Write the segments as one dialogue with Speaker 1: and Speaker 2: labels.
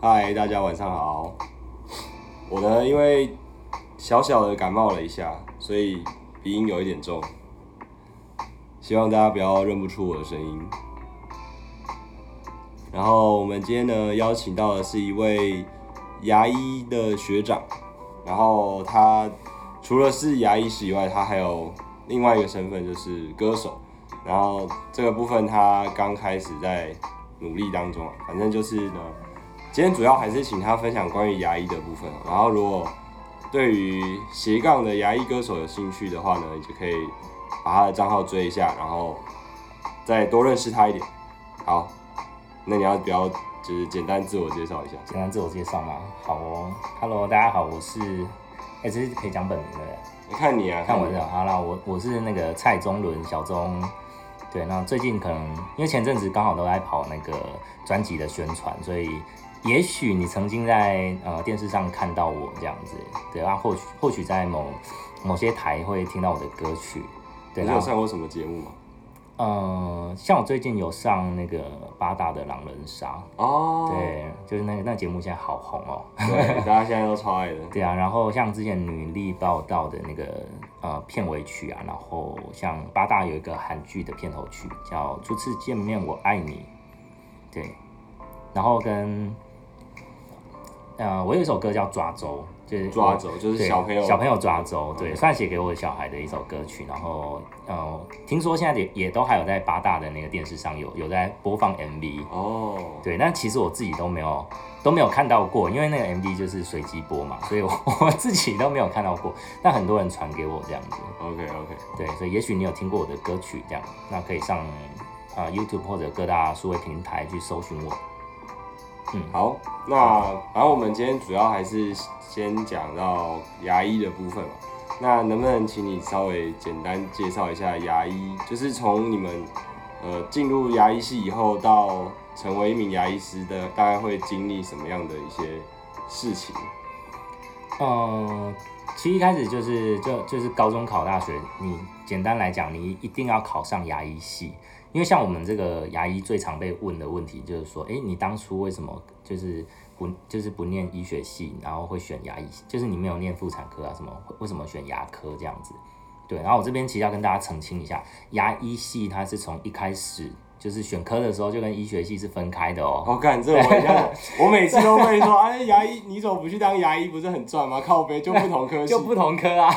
Speaker 1: 嗨，大家晚上好。我呢，因为小小的感冒了一下，所以鼻音有一点重，希望大家不要认不出我的声音。然后我们今天呢，邀请到的是一位牙医的学长，然后他除了是牙医师以外，他还有另外一个身份就是歌手。然后这个部分他刚开始在努力当中啊，反正就是呢，今天主要还是请他分享关于牙医的部分啊。然后如果对于斜杠的牙医歌手有兴趣的话呢，你就可以把他的账号追一下，然后再多认识他一点。好，那你要不要就是简单自我介绍一下？
Speaker 2: 简单自我介绍嘛，好哦，Hello，大家好，我是，哎、这是可以讲本名的耶，
Speaker 1: 你看你啊，
Speaker 2: 看我
Speaker 1: 你
Speaker 2: 这样，好啦，我我是那个蔡宗伦，小钟，对，那最近可能因为前阵子刚好都在跑那个专辑的宣传，所以也许你曾经在呃电视上看到我这样子，对，那或许或许在某某些台会听到我的歌曲，对，
Speaker 1: 你
Speaker 2: 然
Speaker 1: 有
Speaker 2: 后
Speaker 1: 上过什么节目吗？
Speaker 2: 呃，像我最近有上那个八大的狼人杀，
Speaker 1: 哦，
Speaker 2: 对，就是那个那个节目现在好红哦。
Speaker 1: 对，大家现在都超爱的。
Speaker 2: 对啊，然后像之前女力报道的那个呃片尾曲啊，然后像八大有一个韩剧的片头曲叫《初次见面我爱你》，对，然后跟呃我有一首歌叫《抓周》，就是
Speaker 1: 抓走就是
Speaker 2: 对
Speaker 1: 小朋友，嗯
Speaker 2: 小朋友抓周，对，算写给我的小孩的一首歌曲。然后呃，听说现在也也都还有在八大的那个电视上有有在播放 MV，
Speaker 1: 哦，
Speaker 2: 对，但其实我自己都没有都没有看到过，因为那个 MV 就是随机播嘛，所以我 我自己都没有看到过。但很多人传给我这样子，
Speaker 1: OK OK，
Speaker 2: 对，所以也许你有听过我的歌曲这样，那可以上啊、呃 YouTube 或者各大数位平台去搜寻我。嗯
Speaker 1: 好，那反正我们今天主要还是先讲到牙医的部分嘛。那能不能请你稍微简单介绍一下牙医？就是从你们呃进入牙医系以后到成为一名牙医师的，大概会经历什么样的一些事情？
Speaker 2: 嗯，其实一开始就是就就是高中考大学，你简单来讲，你一定要考上牙医系，因为像我们这个牙医最常被问的问题就是说，诶，你当初为什么就是不就是不念医学系，然后会选牙医系，就是你没有念妇产科啊什么，为什么选牙科这样子？对，然后我这边其实要跟大家澄清一下，牙医系它是从一开始就是选科的时候就跟医学系是分开的哦。
Speaker 1: 好、看这我一 样，我每次都被说，哎，牙医你怎么不去当牙医？不是很赚吗？靠背就不同科系
Speaker 2: 就
Speaker 1: 啊、
Speaker 2: 不同科啊，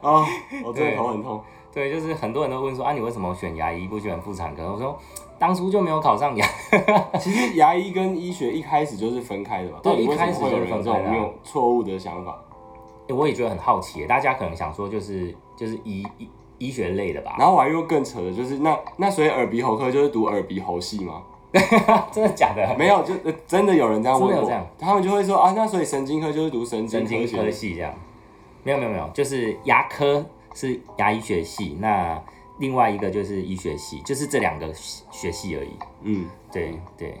Speaker 1: 哦，我真的
Speaker 2: 对
Speaker 1: 头很痛。
Speaker 2: 对，就是很多人都问说啊，你为什么选牙医不选妇产科？我说当初就没有考上牙，
Speaker 1: 其实牙医跟医学一开始就是分开的嘛，
Speaker 2: 对
Speaker 1: 到底为
Speaker 2: 一
Speaker 1: 什么
Speaker 2: 开始
Speaker 1: 会有
Speaker 2: 就是
Speaker 1: 人这
Speaker 2: 分开的啊
Speaker 1: 种没有错误的想法？
Speaker 2: 我也觉得很好奇耶，大家可能想说就是就是医医医学类的吧？
Speaker 1: 然后我还又更扯的就是，那那所以耳鼻喉科就是读耳鼻喉系吗？
Speaker 2: 真的假的？
Speaker 1: 没有，就、呃真的有人这样问
Speaker 2: 哎真的有
Speaker 1: 过
Speaker 2: 这样，
Speaker 1: 他们就会说啊，那所以神经科就是读神经
Speaker 2: 神
Speaker 1: 科
Speaker 2: 经科
Speaker 1: 学。
Speaker 2: 系这样？没有没有没有，就是牙科是牙医学系，那另外一个就是医学系，就是这两个系学系而已。
Speaker 1: 嗯，
Speaker 2: 对对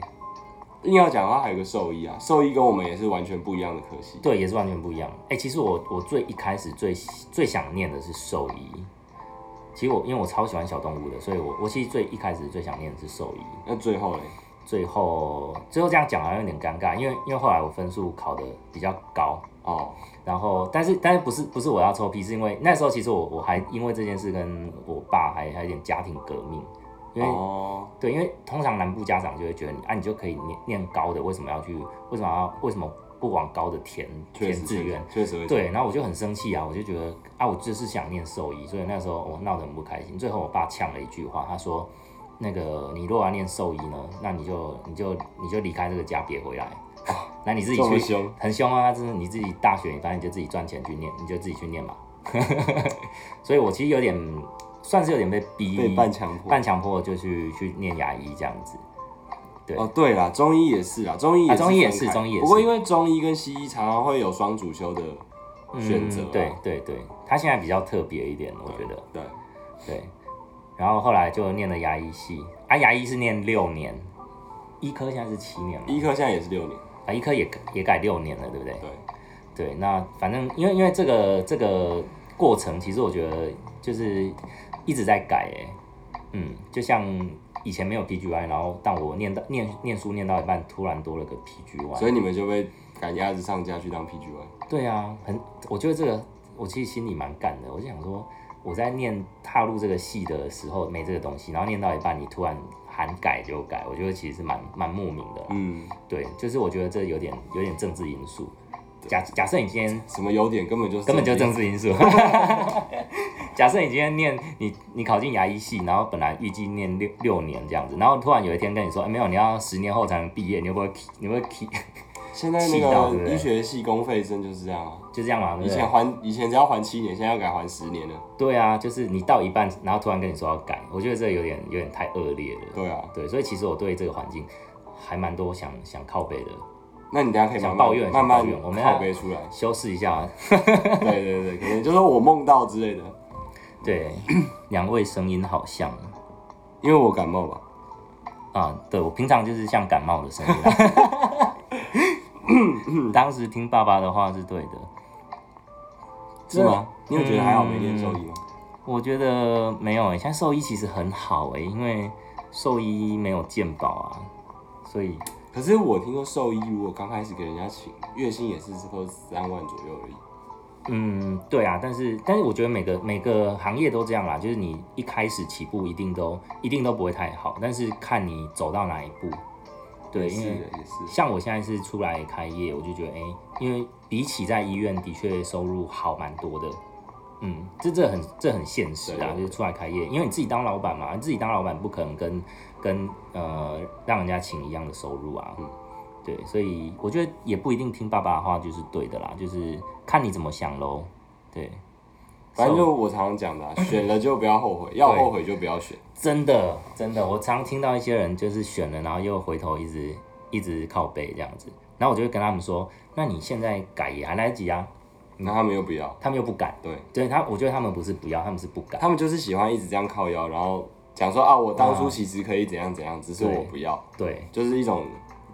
Speaker 1: 硬要讲的话，还有个兽医啊，兽医跟我们也是完全不一样的科系。
Speaker 2: 对，也是完全不一样。哎、其实我我最一开始最最想念的是兽医。其实我因为我超喜欢小动物的，所以我我其实最一开始最想念的是兽医。
Speaker 1: 那最后嘞，
Speaker 2: 最后最后这样讲好像有点尴尬，因为因为后来我分数考得比较高，
Speaker 1: 哦，
Speaker 2: 然后但是但是不是不是我要臭屁，是因为那时候其实我我还因为这件事跟我爸还还有点家庭革命，因为、
Speaker 1: 哦，
Speaker 2: 对，因为通常南部家长就会觉得你啊你就可以念念高的，为什么要去为什么要为什么不往高的填
Speaker 1: 确
Speaker 2: 填
Speaker 1: 实
Speaker 2: 志愿？，
Speaker 1: 确实会这样。
Speaker 2: 对，然后我就很生气啊，我就觉得啊，我就是想念兽医，所以那时候我闹得很不开心。最后我爸呛了一句话，他说：“那个你如果要念兽医呢，那你就你就你就离开这个家，别 回来。那你自己
Speaker 1: 这么
Speaker 2: 去，
Speaker 1: 凶，
Speaker 2: 很凶啊！就是你自己大学，反正你就自己赚钱去念，你就自己去念嘛。 所以我其实有点算是有点被逼
Speaker 1: 被半强迫。
Speaker 2: 半强迫，就去去念牙医这样子。对
Speaker 1: 哦，对啦，中医也是啦，中医也
Speaker 2: 啊中医也
Speaker 1: 分
Speaker 2: 是
Speaker 1: 开
Speaker 2: 中医也
Speaker 1: 不过
Speaker 2: 是
Speaker 1: 因为中医跟西医常常会有双主修的选择啊、
Speaker 2: 嗯对对对，他现在比较特别一点，我觉得。
Speaker 1: 对，
Speaker 2: 对，然后后来就念了牙医系，啊，牙医是念六年，医科现在是七年嘛，
Speaker 1: 医科现在也是六年，
Speaker 2: 啊，医科也也改六年了，对不对？
Speaker 1: 对，
Speaker 2: 对，那反正因为因为这个这个欸过程，其实我觉得就是一直在改，哎，嗯，就像以前没有 PGY，然后但我念到念念书念到一半，突然多了个 PGY。
Speaker 1: 所以你们就被赶鸭子上架去当 PGY，
Speaker 2: 对啊，很，我觉得这个我其实心里蛮干的，我就想说，我在念踏入这个系的时候没这个东西，然后念到一半你突然喊改就改，我觉得其实是蛮蛮莫名的啦。
Speaker 1: 嗯，
Speaker 2: 对，就是我觉得这有点有点政治因素。假假设你今天
Speaker 1: 什么优点根本就是
Speaker 2: 根本就
Speaker 1: 正
Speaker 2: 政治因素。 假设你今天念你你考进牙医系，然后本来预计念六六年这样子，然后突然有一天跟你说，哎没有，你要十年后才能毕业，你会不会气你会不会气
Speaker 1: 现在
Speaker 2: 气到对
Speaker 1: 那
Speaker 2: 不
Speaker 1: 个
Speaker 2: 对
Speaker 1: 医学系公费真就是这样啊，
Speaker 2: 就这样嘛？对
Speaker 1: 以
Speaker 2: 不对
Speaker 1: 前？还以前只要还七年，现在要改还十年了，
Speaker 2: 对啊，就是你到一半，然后突然跟你说要改，我觉得这有点有点太恶劣了。
Speaker 1: 对啊，
Speaker 2: 对，所以其实我对这个环境还蛮多想想靠背的，
Speaker 1: 那你等一下可以慢
Speaker 2: 想
Speaker 1: 慢
Speaker 2: 抱怨
Speaker 1: 慢
Speaker 2: 想抱怨我们
Speaker 1: 慢
Speaker 2: 要，
Speaker 1: 靠背出来
Speaker 2: 修饰一下。
Speaker 1: 对对对，可能就是我梦到之类的，
Speaker 2: 对，两位声音好像
Speaker 1: 因为我感冒吧，
Speaker 2: 啊，对我平常就是像感冒的声音啊、 当时听爸爸的话是对的，
Speaker 1: 是吗？
Speaker 2: 嗯
Speaker 1: 你有觉得还好没练兽医吗？
Speaker 2: 我觉得没有诶、现在兽医其实很好诶、因为兽医没有健保啊，所以
Speaker 1: 可是我听说兽医如果刚开始给人家请，月薪也是都三万左右而已。
Speaker 2: 嗯，对啊，但是但是我觉得每个每个行业都这样啦，就是你一开始起步一定都一定都不会太好，但是看你走到哪一步。对，
Speaker 1: 也是
Speaker 2: 因为
Speaker 1: 的也是。
Speaker 2: 像我现在是出来开业，我就觉得哎、诶因为比起在医院的确收入好蛮多的。嗯，这这很这很现实
Speaker 1: 对
Speaker 2: 啊，
Speaker 1: 对
Speaker 2: 就是出来开业，因为你自己当老板嘛，你自己当老板不可能跟跟呃让人家请一样的收入啊。
Speaker 1: 嗯
Speaker 2: 对，所以我觉得也不一定听爸爸的话就是对的啦，就是看你怎么想喽。对，
Speaker 1: 反正就我常常讲的、啊，选了就不要后悔，要后悔就不要选。
Speaker 2: 真的真的，我常听到一些人就是选了，然后又回头一直一直靠背这样子，然后我就会跟他们说，那你现在改也还来得及啊，
Speaker 1: 那他们又不要，
Speaker 2: 他们又不敢。
Speaker 1: 对
Speaker 2: 对他，我觉得他们不是不要，他们是不敢。
Speaker 1: 他们就是喜欢一直这样靠腰，然后讲说啊，我当初其实可以怎样怎样，只是我
Speaker 2: 对
Speaker 1: 不要，
Speaker 2: 对，
Speaker 1: 就是一种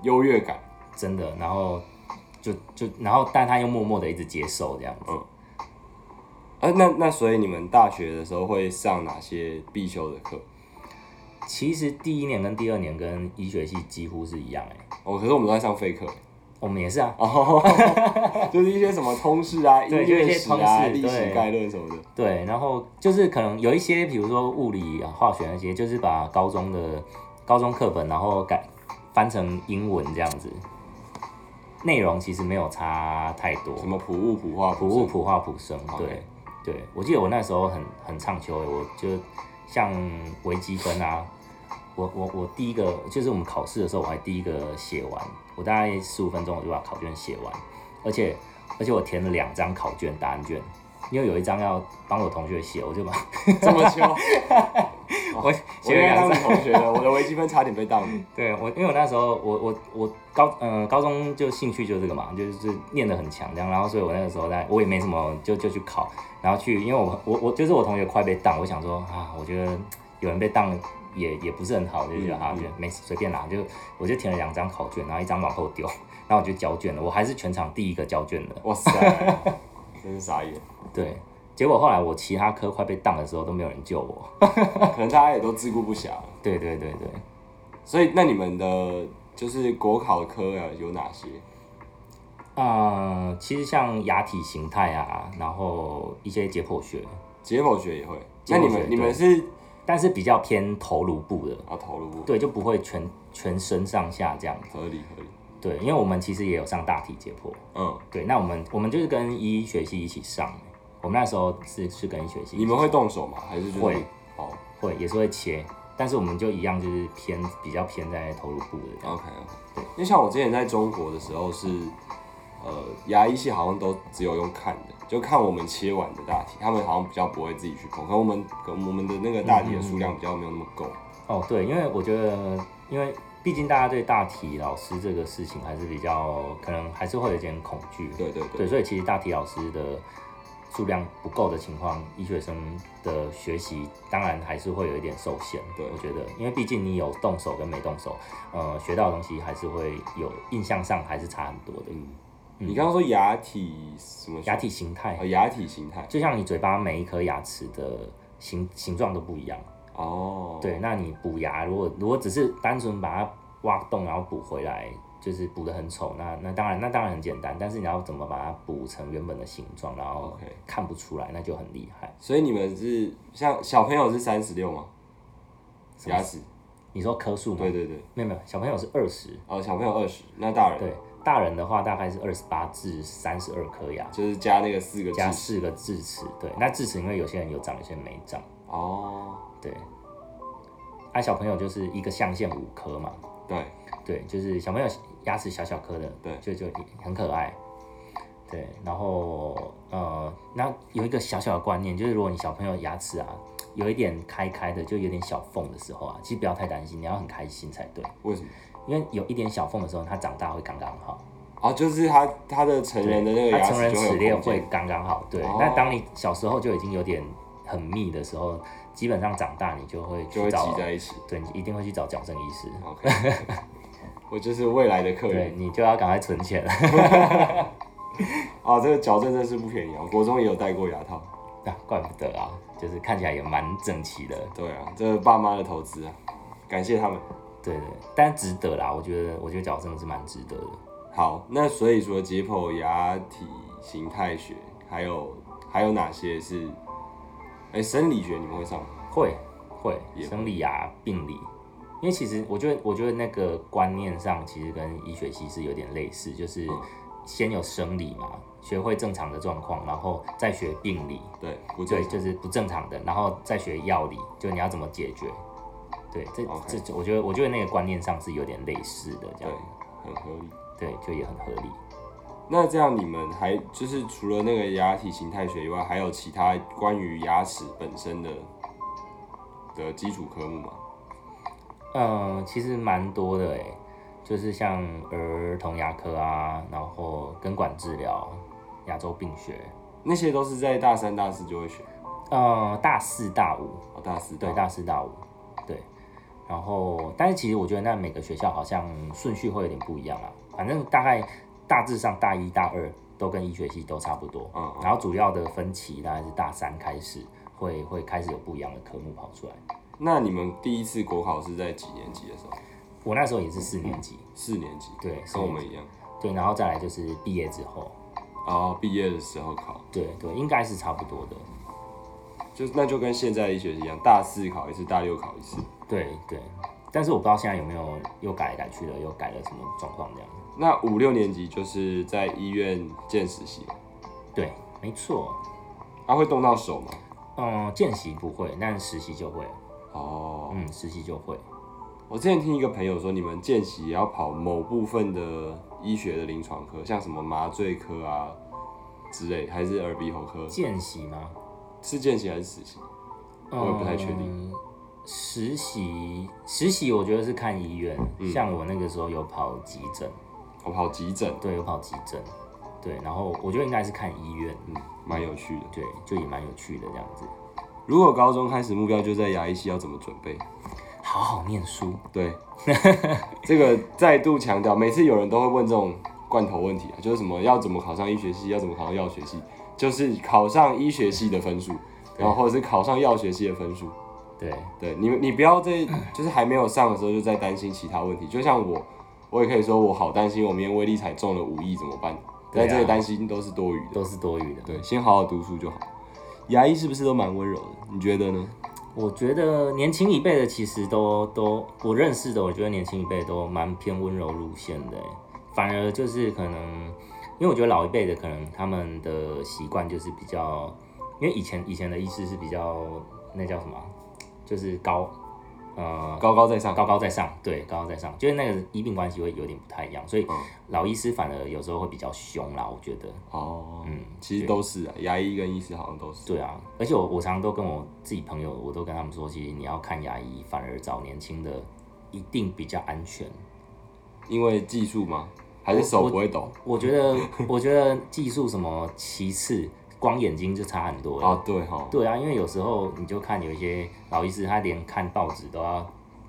Speaker 1: 优越感。
Speaker 2: 真的，然后就就然后，但他又默默的一直接受这样子。
Speaker 1: 啊，那那所以你们大学的时候会上哪些必修的课？
Speaker 2: 其实第一年跟第二年跟医学系几乎是一样哎、
Speaker 1: 哦，可是我们都在上废课，
Speaker 2: 我们也是啊。
Speaker 1: 就是一些什么通识啊、音
Speaker 2: 对就一
Speaker 1: 乐
Speaker 2: 些
Speaker 1: 史
Speaker 2: 通
Speaker 1: 啊、
Speaker 2: 识
Speaker 1: 历史
Speaker 2: 对
Speaker 1: 概论什么的。
Speaker 2: 对，然后就是可能有一些，比如说物理、啊、化学那些，就是把高中的高中课本，然后改翻成英文这样子。内容其实没有差太多，
Speaker 1: 什么普物、普化、
Speaker 2: 普物、普化、普生，哦对
Speaker 1: OK
Speaker 2: 对，我记得我那时候很很畅秋欸，我就像微积分啊，我我我第一个就是我们考试的时候，我还第一个写完，我大概十五分钟我就把考卷写完，而且而且我填了两张考卷答案卷，因为有一张要帮我同学写，我就把
Speaker 1: 这么久，
Speaker 2: 我
Speaker 1: 我
Speaker 2: 写
Speaker 1: 应
Speaker 2: 了
Speaker 1: 该
Speaker 2: 两
Speaker 1: 当你
Speaker 2: 张，
Speaker 1: 同学了，我的微积分差点被当。
Speaker 2: 对我因为我那时候我我我高呃高中就兴趣就这个嘛，就是念得很强这样，然后所以我那个时候在我也没什么就就去考，然后去因为我我我就是我同学快被当，我想说啊，我觉得有人被当也也不是很好，就觉得
Speaker 1: 嗯
Speaker 2: 啊，
Speaker 1: 嗯
Speaker 2: 觉得没事随便啦，就我就填了两张考卷，然后一张往后丢，然后我就交卷了，我还是全场第一个交卷的，
Speaker 1: 哇塞，真是傻眼，
Speaker 2: 对。结果后来我其他科快被当的时候都没有人救我，
Speaker 1: 可能大家也都自顾不暇了。
Speaker 2: 对对对对，
Speaker 1: 所以，那你们的就是国考科啊有哪些？
Speaker 2: 啊、其实像牙体形态啊，然后一些解剖学，
Speaker 1: 解剖学也会。
Speaker 2: 解
Speaker 1: 那
Speaker 2: 剖学
Speaker 1: 你们
Speaker 2: 对
Speaker 1: 你们是
Speaker 2: 但是比较偏头颅部的，
Speaker 1: 啊投入
Speaker 2: 对，就不会全全身上下这样。
Speaker 1: 合理合理，
Speaker 2: 对，因为我们其实也有上大体解剖，
Speaker 1: 嗯，
Speaker 2: 对，那我们我们就是跟医学系一起上，我们那时候是是跟医学系一起上，
Speaker 1: 你们会动手吗？还是就是
Speaker 2: 会
Speaker 1: 哦
Speaker 2: 会也是会切，但是我们就一样就是偏比较偏在头颅部的这样。
Speaker 1: ？OK OK。对，因为像我之前在中国的时候是，呃，牙医系好像都只有用看的，就看我们切完的大体，他们好像比较不会自己去碰，可能我们可能我们的那个大体的数量比较没有那么够。
Speaker 2: 哦，对，因为我觉得，因为毕竟大家对大体老师这个事情还是比较可能还是会有一点恐惧，
Speaker 1: 对对对
Speaker 2: 对，所以其实大体老师的数量不够的情况，医学生的学习当然还是会有一点受限。
Speaker 1: 对
Speaker 2: 我觉得，因为毕竟你有动手跟没动手，呃，学到的东西还是会有呃印象上还是差很多的。
Speaker 1: 嗯你刚刚说牙体什么？
Speaker 2: 嗯
Speaker 1: 哦
Speaker 2: 牙体形态
Speaker 1: 呃，牙体形态。
Speaker 2: 就像你嘴巴每一颗牙齿的形形状都不一样，
Speaker 1: 哦，
Speaker 2: 对，那你补牙，如果如果只是单纯把它挖洞然后补回来，就是补得很丑，那那当然那当然很简单，但是你要怎么把它补成原本的形状，然后
Speaker 1: OK
Speaker 2: 看不出来，那就很厉害。
Speaker 1: 所以你们是像小朋友是三十六吗？
Speaker 2: 什么
Speaker 1: 牙齿？
Speaker 2: 你说颗数吗？
Speaker 1: 对对对，
Speaker 2: 没有没有，小朋友是二十，
Speaker 1: 哦，小朋友二十，那大人
Speaker 2: 对，大人的话大概是二十八至三十二颗牙，
Speaker 1: 就是加那个四个
Speaker 2: 加
Speaker 1: 智齿。
Speaker 2: 四个智齿，对，那智齿因为有些人有长，有些人没长，
Speaker 1: 哦，
Speaker 2: 对。啊，小朋友就是一个象限五颗嘛，
Speaker 1: 对，
Speaker 2: 对，就是小朋友牙齿小小颗的，
Speaker 1: 对
Speaker 2: 就就很可爱。对，然后呃，那有一个小小的观念，就是如果你小朋友牙齿啊有一点开开的，就有点小缝的时候啊，其实不要太担心，你要很开心才对，
Speaker 1: 为什么？
Speaker 2: 因为有一点小缝的时候，他长大会刚刚好。
Speaker 1: 哦，就是他他的成人的那个
Speaker 2: 它
Speaker 1: 牙
Speaker 2: 成
Speaker 1: 齿
Speaker 2: 人
Speaker 1: 就
Speaker 2: 齿
Speaker 1: 会
Speaker 2: 列
Speaker 1: 有空
Speaker 2: 会
Speaker 1: 间。
Speaker 2: 刚刚好。对，
Speaker 1: 哦
Speaker 2: 那当你小时候就已经有点很密的时候，基本上长大你就会
Speaker 1: 就
Speaker 2: 去
Speaker 1: 会
Speaker 2: 找
Speaker 1: 挤，在一起。
Speaker 2: 对，你一定会去找矫正医师。
Speaker 1: OK，我就是未来的客
Speaker 2: 对
Speaker 1: 人
Speaker 2: 你就要赶快存钱
Speaker 1: 啊！这个矫正真是不便宜啊，我国中也有戴过牙套。
Speaker 2: 那怪不得 啊，就是看起来也蛮整齐的，
Speaker 1: 对啊，这是爸妈的投资啊，感谢他们。
Speaker 2: 对对，但值得啦，我觉得，我觉得矫正是蛮值得的。
Speaker 1: 好，那所以说解剖牙体形态学，还有还有哪些是？哎、生理学你们会上吗？
Speaker 2: 会会
Speaker 1: 也会
Speaker 2: 生理啊，病理，因为其实我觉得，我觉得那个观念上其实跟医学系是有点类似，就是
Speaker 1: 嗯
Speaker 2: 先有生理嘛，学会正常的状况，然后再学病理，
Speaker 1: 对，不
Speaker 2: 对
Speaker 1: 对，，
Speaker 2: 就是不正常的，然后再学药理，就你要怎么解决。对，这
Speaker 1: OK
Speaker 2: 这，我觉得我觉得那个观念上是有点类似的，这样
Speaker 1: 很合理。
Speaker 2: 对，就也很合理。
Speaker 1: 那这样你们还就是除了那个牙体形态学以外，还有其他关于牙齿本身的的基础科目吗？
Speaker 2: 嗯，其实蛮多的诶，就是像儿童牙科啊，然后根管治疗、牙周病学，
Speaker 1: 那些都是在大三、大四就会学，
Speaker 2: 呃，大四大五，
Speaker 1: 哦，大四
Speaker 2: 对，大四大五，对。然后，但是其实我觉得那每个学校好像顺序会有点不一样啊。反正大概大致上大一大二都跟医学系都差不多，
Speaker 1: 嗯嗯
Speaker 2: 然后主要的分歧大概是大三开始会会开始有不一样的科目跑出来。
Speaker 1: 那你们第一次国考是在几年级的时候？
Speaker 2: 我那时候也是四年级，
Speaker 1: 四年级，
Speaker 2: 对四
Speaker 1: 跟我
Speaker 2: 年
Speaker 1: 们一样。
Speaker 2: 对，然后再来就是毕业之后，
Speaker 1: 然后毕业的时候考，
Speaker 2: 对对，应该是差不多的。
Speaker 1: 就那就跟现在医学系一样，大四考一次，大六考一次。
Speaker 2: 对对，但是我不知道现在有没有又改来改去的，又改了什么状况这样。
Speaker 1: 那五六年级就是在医院见实习，
Speaker 2: 对，没错，
Speaker 1: 他、会动到手吗？
Speaker 2: 嗯，见习不会，但实习就会，
Speaker 1: 哦，
Speaker 2: 嗯，实习就会。
Speaker 1: 我之前听一个朋友说，你们见习也要跑某部分的医学的临床科，像什么麻醉科啊之类，还是耳鼻喉科，
Speaker 2: 见习吗？
Speaker 1: 是见习还是实习？我也不太确定
Speaker 2: 嗯。实习实习，我觉得是看医院，
Speaker 1: 嗯
Speaker 2: 像我那个时候有跑急诊，
Speaker 1: 我跑急诊，
Speaker 2: 对，有跑急诊，对，然后我觉得应该是看医院，
Speaker 1: 嗯，蛮有趣的。
Speaker 2: 对，就也蛮有趣的这样子，
Speaker 1: 如果高中开始目标就在牙医系，要怎么准备？
Speaker 2: 好好念书，
Speaker 1: 对， 这个再度强调，每次有人都会问这种罐头问题啊，就是什么要怎么考上医学系，要怎么考上药学系，就是考上医学系的分数，然后或者是考上药学系的分数。
Speaker 2: 对，
Speaker 1: 对你，你不要在就是还没有上的时候就在担心其他问题。就像我，我也可以说我好担心我明天威力彩中了五亿怎么办？
Speaker 2: 对啊
Speaker 1: 但这个担心都是多余的。
Speaker 2: 都是多余的。
Speaker 1: 对，先好好读书就好。牙医是不是都蛮温柔的？你觉得呢？
Speaker 2: 我觉得年轻一辈的其实都都我认识的，我觉得年轻一辈都蛮偏温柔路线的欸，反而就是可能，因为我觉得老一辈的可能他们的习惯就是比较，因为以前以前的医师是比较那叫什么啊，就是高呃
Speaker 1: 高高在上，
Speaker 2: 高高在上，对高高在上，就是那个医病关系会有点不太一样，所以
Speaker 1: 嗯
Speaker 2: 老医师反而有时候会比较凶啦，我觉得，
Speaker 1: 哦，
Speaker 2: 嗯，
Speaker 1: 其实都是啊，牙医跟医师好像都是。
Speaker 2: 对啊，而且我我常常都跟我自己朋友，我都跟他们说，其实你要看牙医，反而找年轻的一定比较安全。
Speaker 1: 因为技术吗？还是手不会抖？
Speaker 2: 我觉得，我觉得技术什么其次，光眼睛就差很多了。
Speaker 1: 哦，对哈，
Speaker 2: 对啊，因为有时候你就看有一些老医师，他连看报纸都要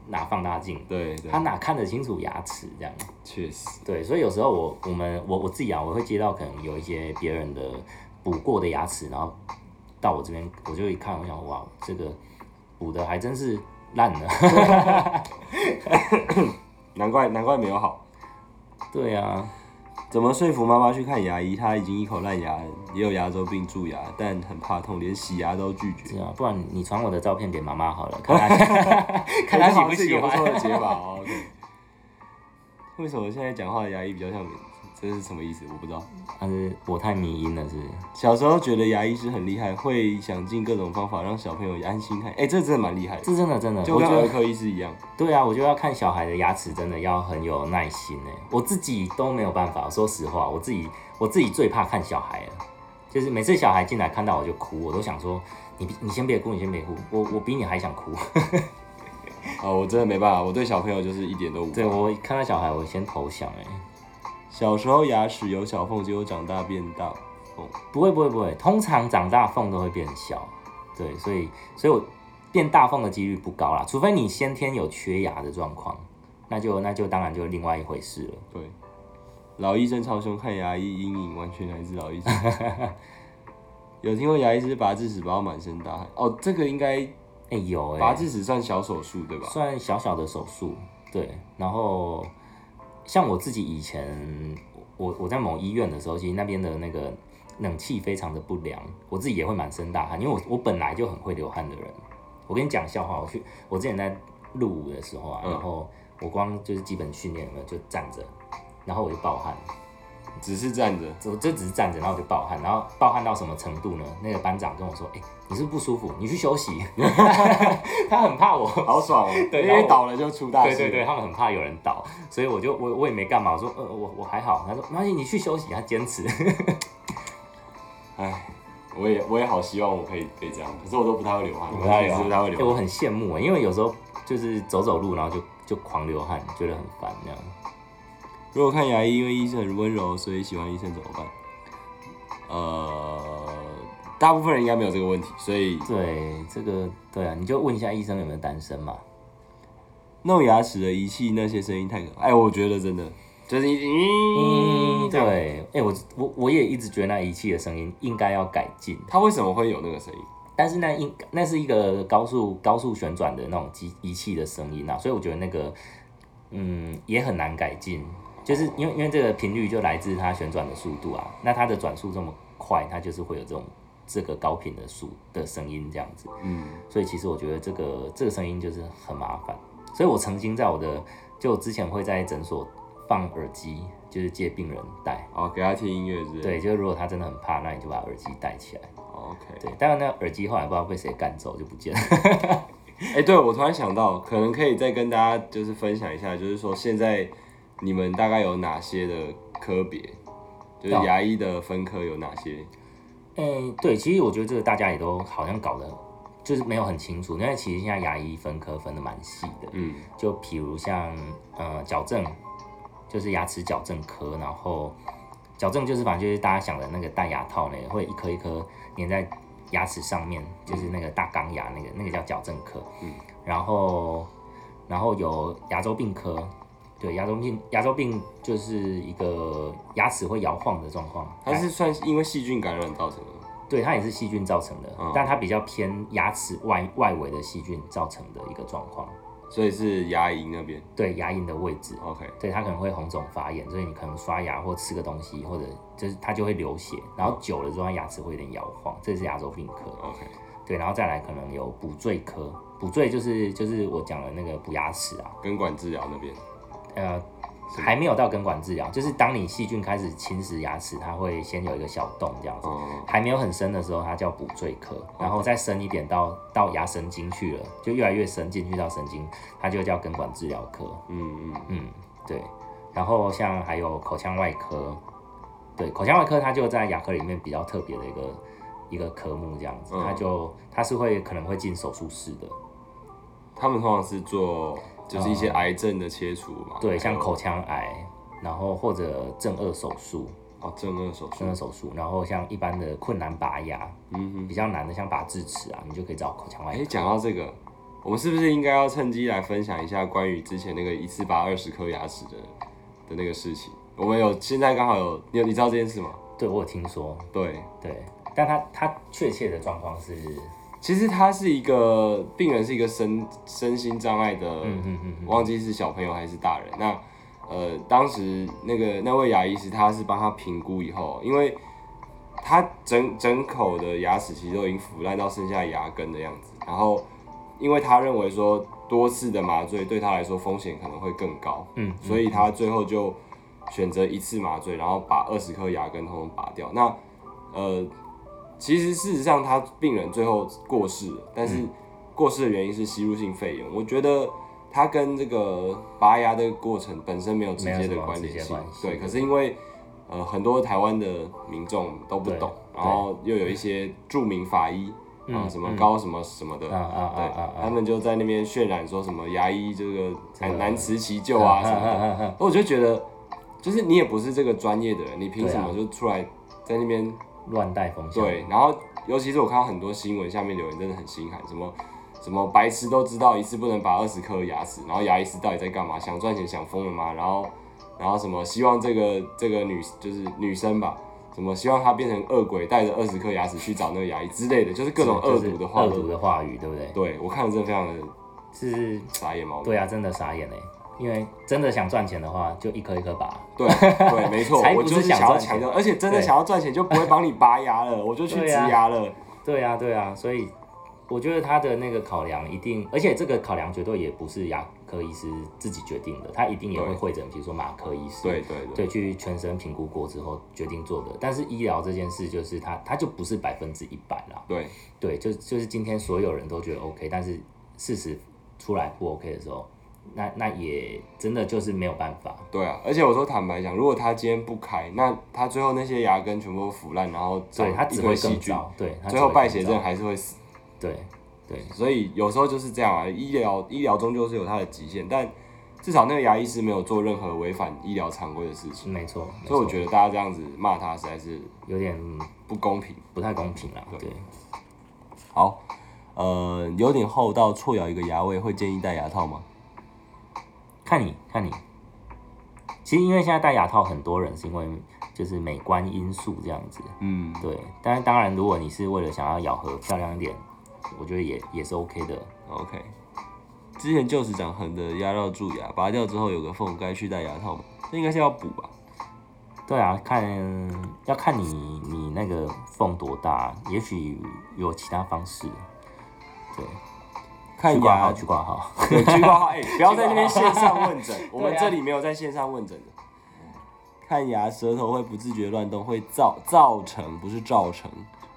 Speaker 2: 拿放大镜，
Speaker 1: 对对
Speaker 2: 他，哪看得清楚牙齿这样？
Speaker 1: 确实，
Speaker 2: 对，所以有时候我我们我我自己啊，我会接到可能有一些别人的补过的牙齿，然后到我这边，我就一看，我想哇，这个补的还真是烂了。
Speaker 1: 难怪难怪没有好。
Speaker 2: 对啊，
Speaker 1: 怎么说服妈妈去看牙医？她已经一口烂牙，也有牙周病蛀牙，但很怕痛，连洗牙都拒绝
Speaker 2: 是。啊，不然你传我的照片给妈妈好了，看她看她喜
Speaker 1: 不
Speaker 2: 不
Speaker 1: 是一
Speaker 2: 喜
Speaker 1: 个不
Speaker 2: 欢。
Speaker 1: 错的解法哦。OK 为什么现在讲话的牙医比较像名字？这是什么意思？我不知道。
Speaker 2: 但是我太迷因了，是不是？
Speaker 1: 小时候觉得牙医师很厉害，会想尽各种方法让小朋友安心看。哎、这真的蛮厉害的，
Speaker 2: 这真的真的，
Speaker 1: 就
Speaker 2: 我
Speaker 1: 跟
Speaker 2: 觉
Speaker 1: 儿
Speaker 2: 得
Speaker 1: 科医师一样。
Speaker 2: 对啊，我觉得要看小孩的牙齿真的要很有耐心哎，我自己都没有办法。说实话，我自己我自己最怕看小孩了，就是每次小孩进来看到我就哭，我都想说你你先别哭，你先别哭，我我比你还想哭。
Speaker 1: 啊、我真的没办法，我对小朋友就是一点都无
Speaker 2: 对
Speaker 1: 法。
Speaker 2: 我看到小孩我先投降哎。
Speaker 1: 小时候牙齿有小缝，结果长大变大缝。
Speaker 2: 不会不会不会，通常长大缝都会变小，对，所以所以我变大缝的几率不高啦，除非你先天有缺牙的状况，那就那就当然就另外一回事了。
Speaker 1: 对，老医生超凶，看牙医阴影完全来自老医 生。有听过牙医师拔智齿拔到满身大汗？哦，这个应该
Speaker 2: 哎、有哎、
Speaker 1: 拔智齿算小手术对吧？
Speaker 2: 算小小的手术，对。然后像我自己以前，我我在某医院的时候，其实那边的那个冷气非常的不良，我自己也会满身大汗，因为我我本来就很会流汗的人。我跟你讲笑话，我去我之前在入伍的时候啊，
Speaker 1: 嗯
Speaker 2: 然后我光就是基本训练有没有就站着，然后我就爆汗，
Speaker 1: 只是站着，
Speaker 2: 我就只是站着，然后我就爆汗，然后爆汗到什么程度呢？那个班长跟我说：“哎、你是不是不舒服，你去休息。” 他很怕我
Speaker 1: 好爽哦！
Speaker 2: 对
Speaker 1: 因
Speaker 2: 然后
Speaker 1: 为
Speaker 2: 我
Speaker 1: 倒了就出大
Speaker 2: 对
Speaker 1: 事。
Speaker 2: 对对，他们很怕有人倒，所以我就我我也没干嘛，我说呃我我还好。他说没关系，你去休息。他坚持，
Speaker 1: 唉，我也我也好希望我可以可以这样，可是我都不太会流汗，
Speaker 2: 我
Speaker 1: 我
Speaker 2: 不太
Speaker 1: 也是不太会
Speaker 2: 哎
Speaker 1: 流
Speaker 2: 我
Speaker 1: 汗。
Speaker 2: 很羡慕哎、因为有时候就是走走路，然后就就狂流汗，觉得很烦那样。
Speaker 1: 如果看牙医，因为医生很温柔，所以喜欢医生怎么办？呃，大部分人应该没有这个问题，所以
Speaker 2: 对，这个对啊，你就问一下医生有没有单身嘛。
Speaker 1: 弄牙齿的仪器那些声音太可，哎，我觉得真的就是一直
Speaker 2: 嗯，
Speaker 1: 咦这样
Speaker 2: 对，哎、我我我也一直觉得那仪器的声音应该要改进，
Speaker 1: 它为什么会有那个声音？
Speaker 2: 但是那应那是一个高速高速旋转的那种机仪器的声音啊，所以我觉得那个嗯也很难改进，就是因为因为这个频率就来自它旋转的速度啊，那它的转速这么快，它就是会有这种这个高频的速的声音这样子，
Speaker 1: 嗯，
Speaker 2: 所以其实我觉得这个这个声音就是很麻烦，所以我曾经在我的就我之前会在诊所放耳机，就是借病人戴，
Speaker 1: 哦，给他听音乐之类的。
Speaker 2: 对，就是如果他真的很怕，那你就把耳机戴起来，
Speaker 1: 哦，OK。
Speaker 2: 对，当然那耳机后来不知道被谁干走就不见了。
Speaker 1: 哎，对，我突然想到，可能可以再跟大家就是分享一下，就是说现在你们大概有哪些的科别，就是
Speaker 2: 哦
Speaker 1: 牙医的分科有哪些？
Speaker 2: 嗯，对，其实我觉得这个大家也都好像搞得就是没有很清楚，因为其实现在牙医分科分的蛮细的，
Speaker 1: 嗯，
Speaker 2: 就比如像呃矫正，就是牙齿矫正科，然后矫正就是反正就是大家想的那个戴牙套呢，会一颗一颗粘在牙齿上面，就是那个大钢牙那个那个叫矫正科，
Speaker 1: 嗯，
Speaker 2: 然后然后有牙周病科，对，牙周病牙周病就是一个牙齿会摇晃的状况，
Speaker 1: 它是算因为细菌感染造成的。
Speaker 2: 对，它也是细菌造成的，
Speaker 1: 嗯
Speaker 2: 但它比较偏牙齿外外围的细菌造成的一个状况，
Speaker 1: 所以是牙龈那边
Speaker 2: 对牙龈的位置，
Speaker 1: ，OK，
Speaker 2: 对它可能会红肿发炎，所以你可能刷牙或吃个东西，或者就是它就会流血，然后久了之后它牙齿会有点摇晃，这是牙周病科。
Speaker 1: OK，
Speaker 2: 对，然后再来可能有补缀科，补缀就是就是我讲的那个补牙齿啊，
Speaker 1: 根管治疗那边，
Speaker 2: 呃，
Speaker 1: 是
Speaker 2: 还没有到根管治疗，就是当你细菌开始侵蚀牙齿，它会先有一个小洞这样子，
Speaker 1: 哦，
Speaker 2: 还没有很深的时候，它叫补缀科，然后再深一点到到牙神经去了，就越来越深进去到神经，它就叫根管治疗科。
Speaker 1: 嗯嗯，
Speaker 2: 嗯，对。然后像还有口腔外科，对，口腔外科它就在牙科里面比较特别的一个一个科目这样子，
Speaker 1: 嗯
Speaker 2: 它就它是会可能会进手术室的，
Speaker 1: 他们通常是做就是一些癌症的切除嘛，
Speaker 2: 啊对，像
Speaker 1: 还有
Speaker 2: 口腔癌，然后或者正颚手术，
Speaker 1: 哦正颚手术
Speaker 2: 正颚，手术，然后像一般的困难拔牙，
Speaker 1: 嗯哼。
Speaker 2: 比较难的像拔智齿啊，你就可以找口腔外科
Speaker 1: 哎，。讲到这个，我们是不是应该要趁机来分享一下关于之前那个一次拔二十颗牙齿的的那个事情？我们有现在刚好有你有你知道这件事吗？
Speaker 2: 对我有听说，
Speaker 1: 对，
Speaker 2: 对，但他他确切的状况是，
Speaker 1: 其实他是一个病人，是一个身身心障碍的，
Speaker 2: 嗯嗯嗯嗯，
Speaker 1: 忘记是小朋友还是大人。那呃，当时那个那位牙医师，他是帮他评估以后，因为他整整口的牙齿其实都已经腐烂到剩下牙根的样子，然后因为他认为说多次的麻醉对他来说风险可能会更高，
Speaker 2: 嗯，
Speaker 1: 所以他最后就选择一次麻醉，然后把二十颗牙根通通拔掉。那呃，其实事实上他病人最后过世了，但
Speaker 2: 嗯
Speaker 1: 是过世的原因是吸入性肺炎。我觉得他跟这个拔牙的过程本身没有直接
Speaker 2: 没有什
Speaker 1: 的
Speaker 2: 么
Speaker 1: 关联
Speaker 2: 直接
Speaker 1: 性
Speaker 2: 关，系
Speaker 1: 对。可是因为呃很多台湾的民众都不
Speaker 2: 对
Speaker 1: 懂，
Speaker 2: 对
Speaker 1: 然后又有一些著名法医啊、
Speaker 2: 嗯
Speaker 1: 什么
Speaker 2: 嗯
Speaker 1: 高什么什么的，
Speaker 2: 啊啊啊
Speaker 1: 对
Speaker 2: 啊啊，
Speaker 1: 他们就在那边渲染说什么牙医这个
Speaker 2: 这个
Speaker 1: 难难辞其咎 啊什么的，
Speaker 2: 么的，
Speaker 1: 我就觉得就是你也不是这个专业的人，你凭
Speaker 2: 对啊
Speaker 1: 什么就出来在那边
Speaker 2: 乱带风向，
Speaker 1: 对，然后尤其是我看到很多新闻下面留言，真的很心寒，什么什么白痴都知道一次不能拔二十颗牙齿，然后牙医师到底在干嘛？想赚钱想疯了吗？然后然后什么希望这个这个女就是女生吧，什么希望她变成恶鬼，带着二十颗牙齿去找那个牙医之类的，就是各种恶毒的话。
Speaker 2: 恶毒的话语，对不对？
Speaker 1: 对我看了真的非常的
Speaker 2: 是，
Speaker 1: 傻眼毛。
Speaker 2: 对啊，真的傻眼哎，因为真的想赚钱的话，就一颗一颗拔，
Speaker 1: 对 对，没错
Speaker 2: 才，不
Speaker 1: 我
Speaker 2: 是
Speaker 1: 就是
Speaker 2: 想
Speaker 1: 想要
Speaker 2: 赚
Speaker 1: 强
Speaker 2: 钱
Speaker 1: 调，而且真的
Speaker 2: 对
Speaker 1: 想要赚钱就不会帮你拔牙了，我就去植
Speaker 2: 对啊
Speaker 1: 牙了。
Speaker 2: 对啊，对啊，所以我觉得他的那个考量一定，而且这个考量绝对也不是牙科医师自己决定的，他一定也会
Speaker 1: 对
Speaker 2: 会诊，比如说马科医师，
Speaker 1: 对对对
Speaker 2: 对，去全身评估过之后决定做的。但是医疗这件事，就是它它就不是百分之一百啦，
Speaker 1: 对
Speaker 2: 对，就就是今天所有人都觉得 OK，但是事实出来不 OK 的时候，那那也真的就是没有办法，
Speaker 1: 对啊，而且我说坦白讲，如果他今天不开，那他最后那些牙根全部都腐烂，然后
Speaker 2: 对，它
Speaker 1: 长哦一
Speaker 2: 只
Speaker 1: 堆
Speaker 2: 会
Speaker 1: 细
Speaker 2: 更
Speaker 1: 菌，
Speaker 2: 糟，对，它
Speaker 1: 最
Speaker 2: 只
Speaker 1: 后
Speaker 2: 会
Speaker 1: 败
Speaker 2: 更
Speaker 1: 血
Speaker 2: 糟
Speaker 1: 症，还是会死。
Speaker 2: 对对
Speaker 1: 所以有时候就是这样啊，医疗医疗终究是有它的极限，但至少那个牙医师没有做任何违反医疗常规的事情，
Speaker 2: 没错，没
Speaker 1: 所以我
Speaker 2: 错
Speaker 1: 觉得大家这样子骂他实在是
Speaker 2: 有点嗯
Speaker 1: 不公平。
Speaker 2: 不太公平啦，
Speaker 1: 对
Speaker 2: 对
Speaker 1: 好，呃，有点厚到错咬一个牙位，会建议戴牙套吗？
Speaker 2: 看你看你。其实因为现在戴牙套，很多人是因为就是美观因素这样子，
Speaker 1: 嗯，
Speaker 2: 对。但是当然，如果你是为了想要咬合漂亮一点，我觉得也也是 OK 的。
Speaker 1: OK，之前臼齿长横的压到蛀牙，拔掉之后有个缝，该去戴牙套吗？这应该是要补吧？
Speaker 2: 对啊，看要看你你那个缝多大，也许有其他方式。对，
Speaker 1: 看
Speaker 2: 去挂
Speaker 1: 牙
Speaker 2: 号，去挂号。
Speaker 1: 对，去挂 号，哎、啊不要在那边线上问诊， 我们这里没有在线上问诊的。看牙，舌头会不自觉乱动，会造造成不是造成，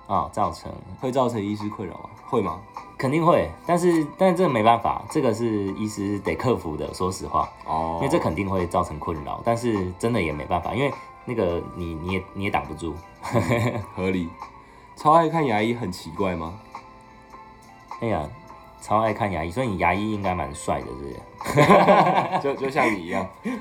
Speaker 2: 啊、造成
Speaker 1: 会造成医师困扰吗？会吗？
Speaker 2: 肯定会，但是但这没办法，这个是医师得克服的。说实话，
Speaker 1: 哦
Speaker 2: 因为这肯定会造成困扰，但是真的也没办法，因为那个你你也你也挡不住。
Speaker 1: 合理。超爱看牙医很奇怪吗？
Speaker 2: 哎呀，超爱看牙医，所以你牙医应该蛮帅的，是不 是？
Speaker 1: 就就像你一样，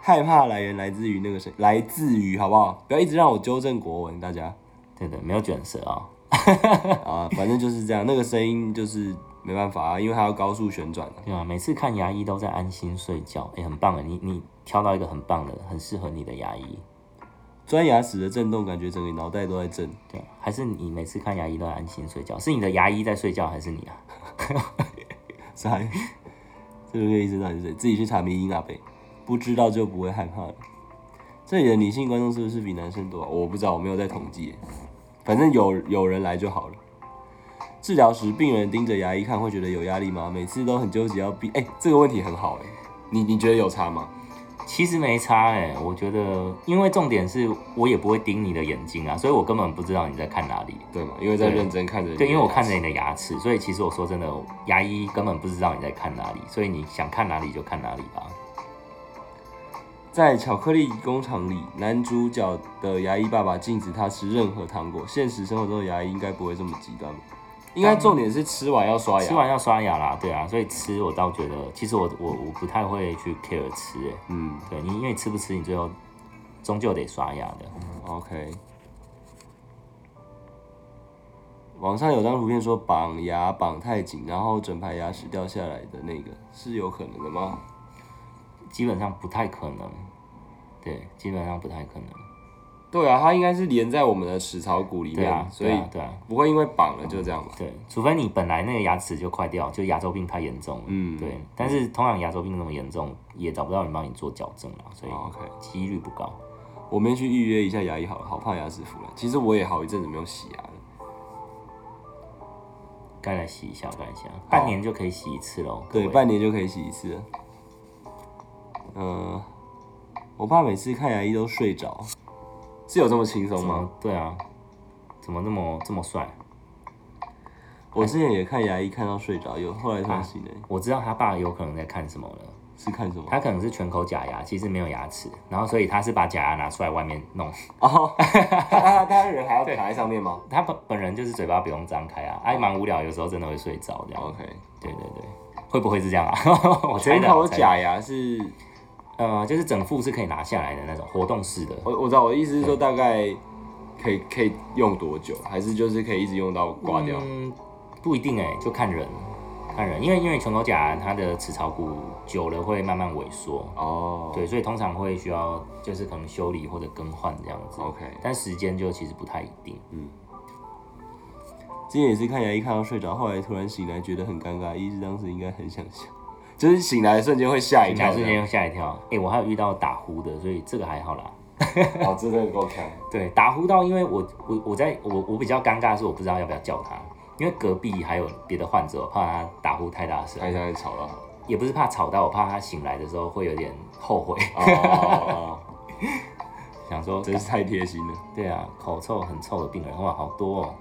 Speaker 1: 害怕来源来自于那个谁，来自于好不好？不要一直让我纠正国文，大家。
Speaker 2: 对的，没有卷舌啊、
Speaker 1: 啊，反正就是这样，那个声音就是没办法啊，因为它要高速旋转、啊、
Speaker 2: 对啊，每次看牙医都在安心睡觉，哎、很棒啊！你你挑到一个很棒的，很适合你的牙医，
Speaker 1: 钻牙齿的震动，感觉整个脑袋都在震。
Speaker 2: 对啊、还是你每次看牙医都在安心睡觉？是你的牙医在睡觉，还是你啊？
Speaker 1: 啥？啊这个医生到底是谁？自己去查迷因啊呗，不知道就不会害怕了。这里的女性观众是不是比男生多啊、我不知道，我没有在统计耶。反正有有人来就好了。治疗时，病人盯着牙医看，会觉得有压力吗？每次都很纠结要闭。哎、这个问题很好哎，你你觉得有差吗？
Speaker 2: 其实没差哎、我觉得，因为重点是我也不会盯你的眼睛啊，所以我根本不知道你在看哪里。
Speaker 1: 对嘛，因为在
Speaker 2: 对
Speaker 1: 认真看着你的牙齿。
Speaker 2: 对，因为我看着你的牙齿，所以其实我说真的，牙医根本不知道你在看哪里，所以你想看哪里就看哪里吧。
Speaker 1: 在巧克力工厂里，男主角的牙医爸爸禁止他吃任何糖果。现实生活中的牙医应该不会这么极端吧？应该重点是吃完要刷牙。
Speaker 2: 吃完要刷牙啦，对啊，所以吃我倒觉得，其实我我我不太会去 care 吃、欸，
Speaker 1: 嗯
Speaker 2: 对你因为吃不吃，你最后终究得刷牙的。
Speaker 1: ，OK。网上有张图片说绑牙绑太紧，然后整排牙齿掉下来的那个是有可能的吗？
Speaker 2: 基本上不太可能，对，基本上不太可能。
Speaker 1: 对啊，它应该是连在我们的齿槽骨里
Speaker 2: 对
Speaker 1: 面，
Speaker 2: 啊，
Speaker 1: 所
Speaker 2: 对
Speaker 1: 以
Speaker 2: 啊，对啊，
Speaker 1: 不会因为绑了就这样吧？
Speaker 2: 对，除非你本来那个牙齿就快掉，就牙周病太严重了。
Speaker 1: 嗯，
Speaker 2: 对，但是通常牙周病那么严重，也找不到人帮你做矫正啦，嗯所以
Speaker 1: 好，OK，哦
Speaker 2: 几率不高。
Speaker 1: 我们去预约一下牙医好了，好怕牙齿腐烂。其实我也好一阵子没有洗牙了。
Speaker 2: 该来洗一下，该来洗一下，半年就可以洗一次喽。
Speaker 1: 哦
Speaker 2: 各
Speaker 1: 对，
Speaker 2: 位
Speaker 1: 半年就可以洗一次了。呃，我爸每次看牙医都睡着，是有这么轻松
Speaker 2: 怎
Speaker 1: 吗？
Speaker 2: 么？对啊，怎么那么这么帅？
Speaker 1: 我之前也看牙医看到睡着，有后来才醒的、
Speaker 2: 我知道他爸有可能在看什么了，
Speaker 1: 是看什么？
Speaker 2: 他可能是全口假牙，其实没有牙齿，然后所以他是把假牙拿出来外面弄。
Speaker 1: 哦， 他他人还要
Speaker 2: 对
Speaker 1: 卡在上面吗
Speaker 2: 他本本人就是嘴巴不用张开啊，哎、蛮无聊，有时候真的会睡着这样。
Speaker 1: 哦？OK，
Speaker 2: 对对对，会不会是这样啊？ 我猜
Speaker 1: 全
Speaker 2: 的，
Speaker 1: 口
Speaker 2: 我猜的，
Speaker 1: 假牙是，
Speaker 2: 呃，就是整副是可以拿下来的那种活动式的。
Speaker 1: 我我知道，我的意思是说大概可以可以用多久，还是就是可以一直用到挂掉？
Speaker 2: 嗯，不一定哎、就看人，看人，因为因为全口假牙它的齿槽骨久了会慢慢萎缩，
Speaker 1: 哦，
Speaker 2: 对，所以通常会需要就是可能修理或者更换这样子，
Speaker 1: ，OK，
Speaker 2: 但时间就其实不太一定。
Speaker 1: 之前也是看牙医看到睡着，后来突然醒来觉得很尴尬，医师当时应该很想笑，就是醒来的瞬间会吓一
Speaker 2: 你
Speaker 1: 跳
Speaker 2: 来
Speaker 1: 这
Speaker 2: 瞬
Speaker 1: 样，
Speaker 2: 间又吓一跳，哎、我还有遇到打呼的，所以这个还好啦。
Speaker 1: 哦，真的够强，
Speaker 2: 对，打呼到，因为我我我在我我比较尴尬的是我不知道要不要叫他，因为隔壁还有别的患者，我怕他打呼太大声，
Speaker 1: 看一下会吵到他。
Speaker 2: 也不是怕吵到，我怕他醒来的时候会有点后悔，
Speaker 1: 哦，
Speaker 2: 想说
Speaker 1: 真是太贴心了。
Speaker 2: 对啊，口臭很臭的病人哇，好多哦。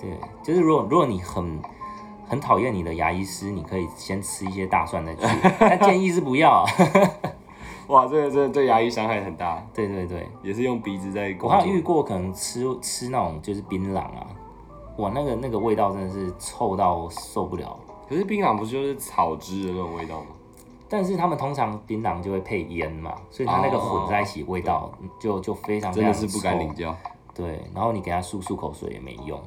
Speaker 2: 对，就是如果如果你很很讨厌你的牙医师，你可以先吃一些大 蒜再去，但建议是不要。
Speaker 1: 哇，这个真的对牙医伤害很大，
Speaker 2: 对对对，
Speaker 1: 也是用鼻子在
Speaker 2: 我
Speaker 1: 工
Speaker 2: 还有遇
Speaker 1: 作。
Speaker 2: 过可能吃吃那种就是槟榔啊，哇，那个那个味道真的是臭到受不了。
Speaker 1: 可是槟榔不是就是草汁的那种味道吗？
Speaker 2: 但是他们通常槟榔就会配烟嘛，所以它那个混在一起，味道就就非常非
Speaker 1: 哦真
Speaker 2: 常
Speaker 1: 的是不敢
Speaker 2: 臭
Speaker 1: 领教。
Speaker 2: 对，然后你给他漱漱口水也没用，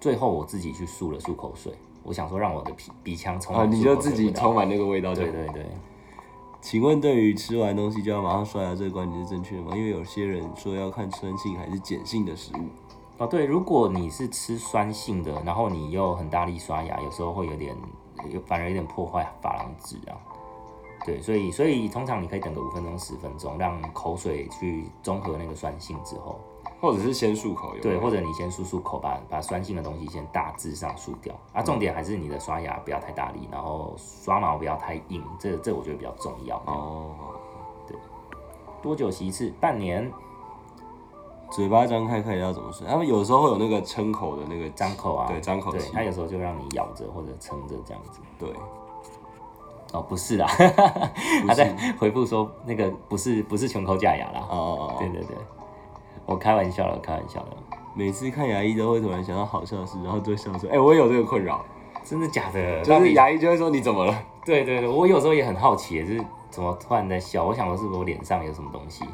Speaker 2: 最后我自己去漱了漱口水，我想说让我的鼻鼻腔充
Speaker 1: 啊，
Speaker 2: 满、
Speaker 1: 你就自己。充满那个味道就
Speaker 2: 对。对对，
Speaker 1: 请问，对于吃完东西就要马上刷牙这个观点是正确的吗？因为有些人说要看酸性还是碱性的食物。
Speaker 2: 哦对，如果你是吃酸性的，然后你又很大力刷牙，有时候会有点，有反而有点破坏珐琅质啊。对，所以所以通常你可以等个五分钟十分钟，让口水去中和那个酸性之后，
Speaker 1: 或者是先漱口有没
Speaker 2: 对，
Speaker 1: 有
Speaker 2: 或者你先漱漱口，把把酸性的东西先大致上漱掉。啊，重点还是你的刷牙不要太大力，然后刷毛不要太硬，这这我觉得比较重要。
Speaker 1: 哦，
Speaker 2: 多久洗一次？半年
Speaker 1: 嘴巴张开看一下怎么睡。他们有时候会有那个撑口的那个
Speaker 2: 张口啊，
Speaker 1: 对张口
Speaker 2: 对
Speaker 1: 气，
Speaker 2: 它有时候就让你咬着或者撑着这样子。
Speaker 1: 对，
Speaker 2: 哦，不是啦，
Speaker 1: 不 是
Speaker 2: 他在回复说那个不是不是全口假牙啦。
Speaker 1: 哦哦
Speaker 2: 对
Speaker 1: 哦，
Speaker 2: 对对，我开玩笑了，开玩笑了，
Speaker 1: 每次看牙医都会突然想到好笑的事，然后就会笑出来。哎、我也有这个困扰。
Speaker 2: 真的假的？
Speaker 1: 就
Speaker 2: 到
Speaker 1: 是
Speaker 2: 底
Speaker 1: 牙医就会说你怎么了？
Speaker 2: 对对对，我有时候也很好奇，就是怎么突然在笑？我想说是不是我脸上有什么东西？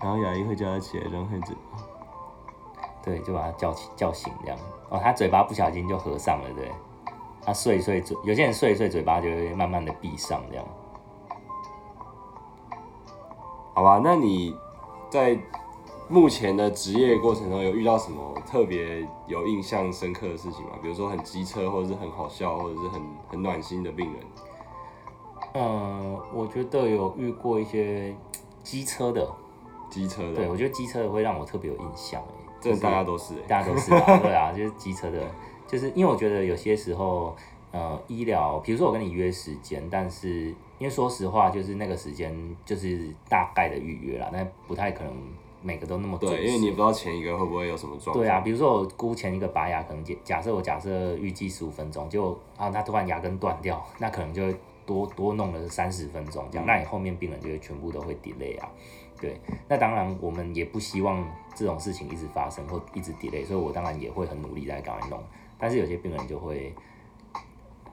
Speaker 1: 然后牙医会叫他起来张开嘴。
Speaker 2: 对，就把他叫起叫醒这样。哦，他嘴巴不小心就合上了，对。他睡一睡嘴，有些人睡一睡嘴巴就会慢慢的闭上这样。
Speaker 1: 好吧，那你在目前的职业过程中有遇到什么特别有印象深刻的事情吗？比如说很机车，或者是很好笑，或者是很很暖心的病人。
Speaker 2: 嗯，我觉得有遇过一些机车的，
Speaker 1: 机车
Speaker 2: 对
Speaker 1: 的，
Speaker 2: 我觉得机车的会让我特别有印象哎、
Speaker 1: 这大家都是、欸。
Speaker 2: 大家都是啊，对啊，就是机车的，就是因为我觉得有些时候，呃，医疗，比如说我跟你约时间，但是因为说实话，就是那个时间就是大概的预约啦，但不太可能每个都那么准
Speaker 1: 对，因为
Speaker 2: 时
Speaker 1: 你也不知道前一个会不会有什么状况。
Speaker 2: 对啊，比如说我估前一个拔牙，可能假假设我假设预计十五分钟，结果啊他突然牙根断掉， 那可能就会多多弄了三十分钟这样，那你后面病人就会全部都会 delay 啊。对，那当然我们也不希望这种事情一直发生或一直 delay，所以我当然也会很努力在赶快弄，但是有些病人就会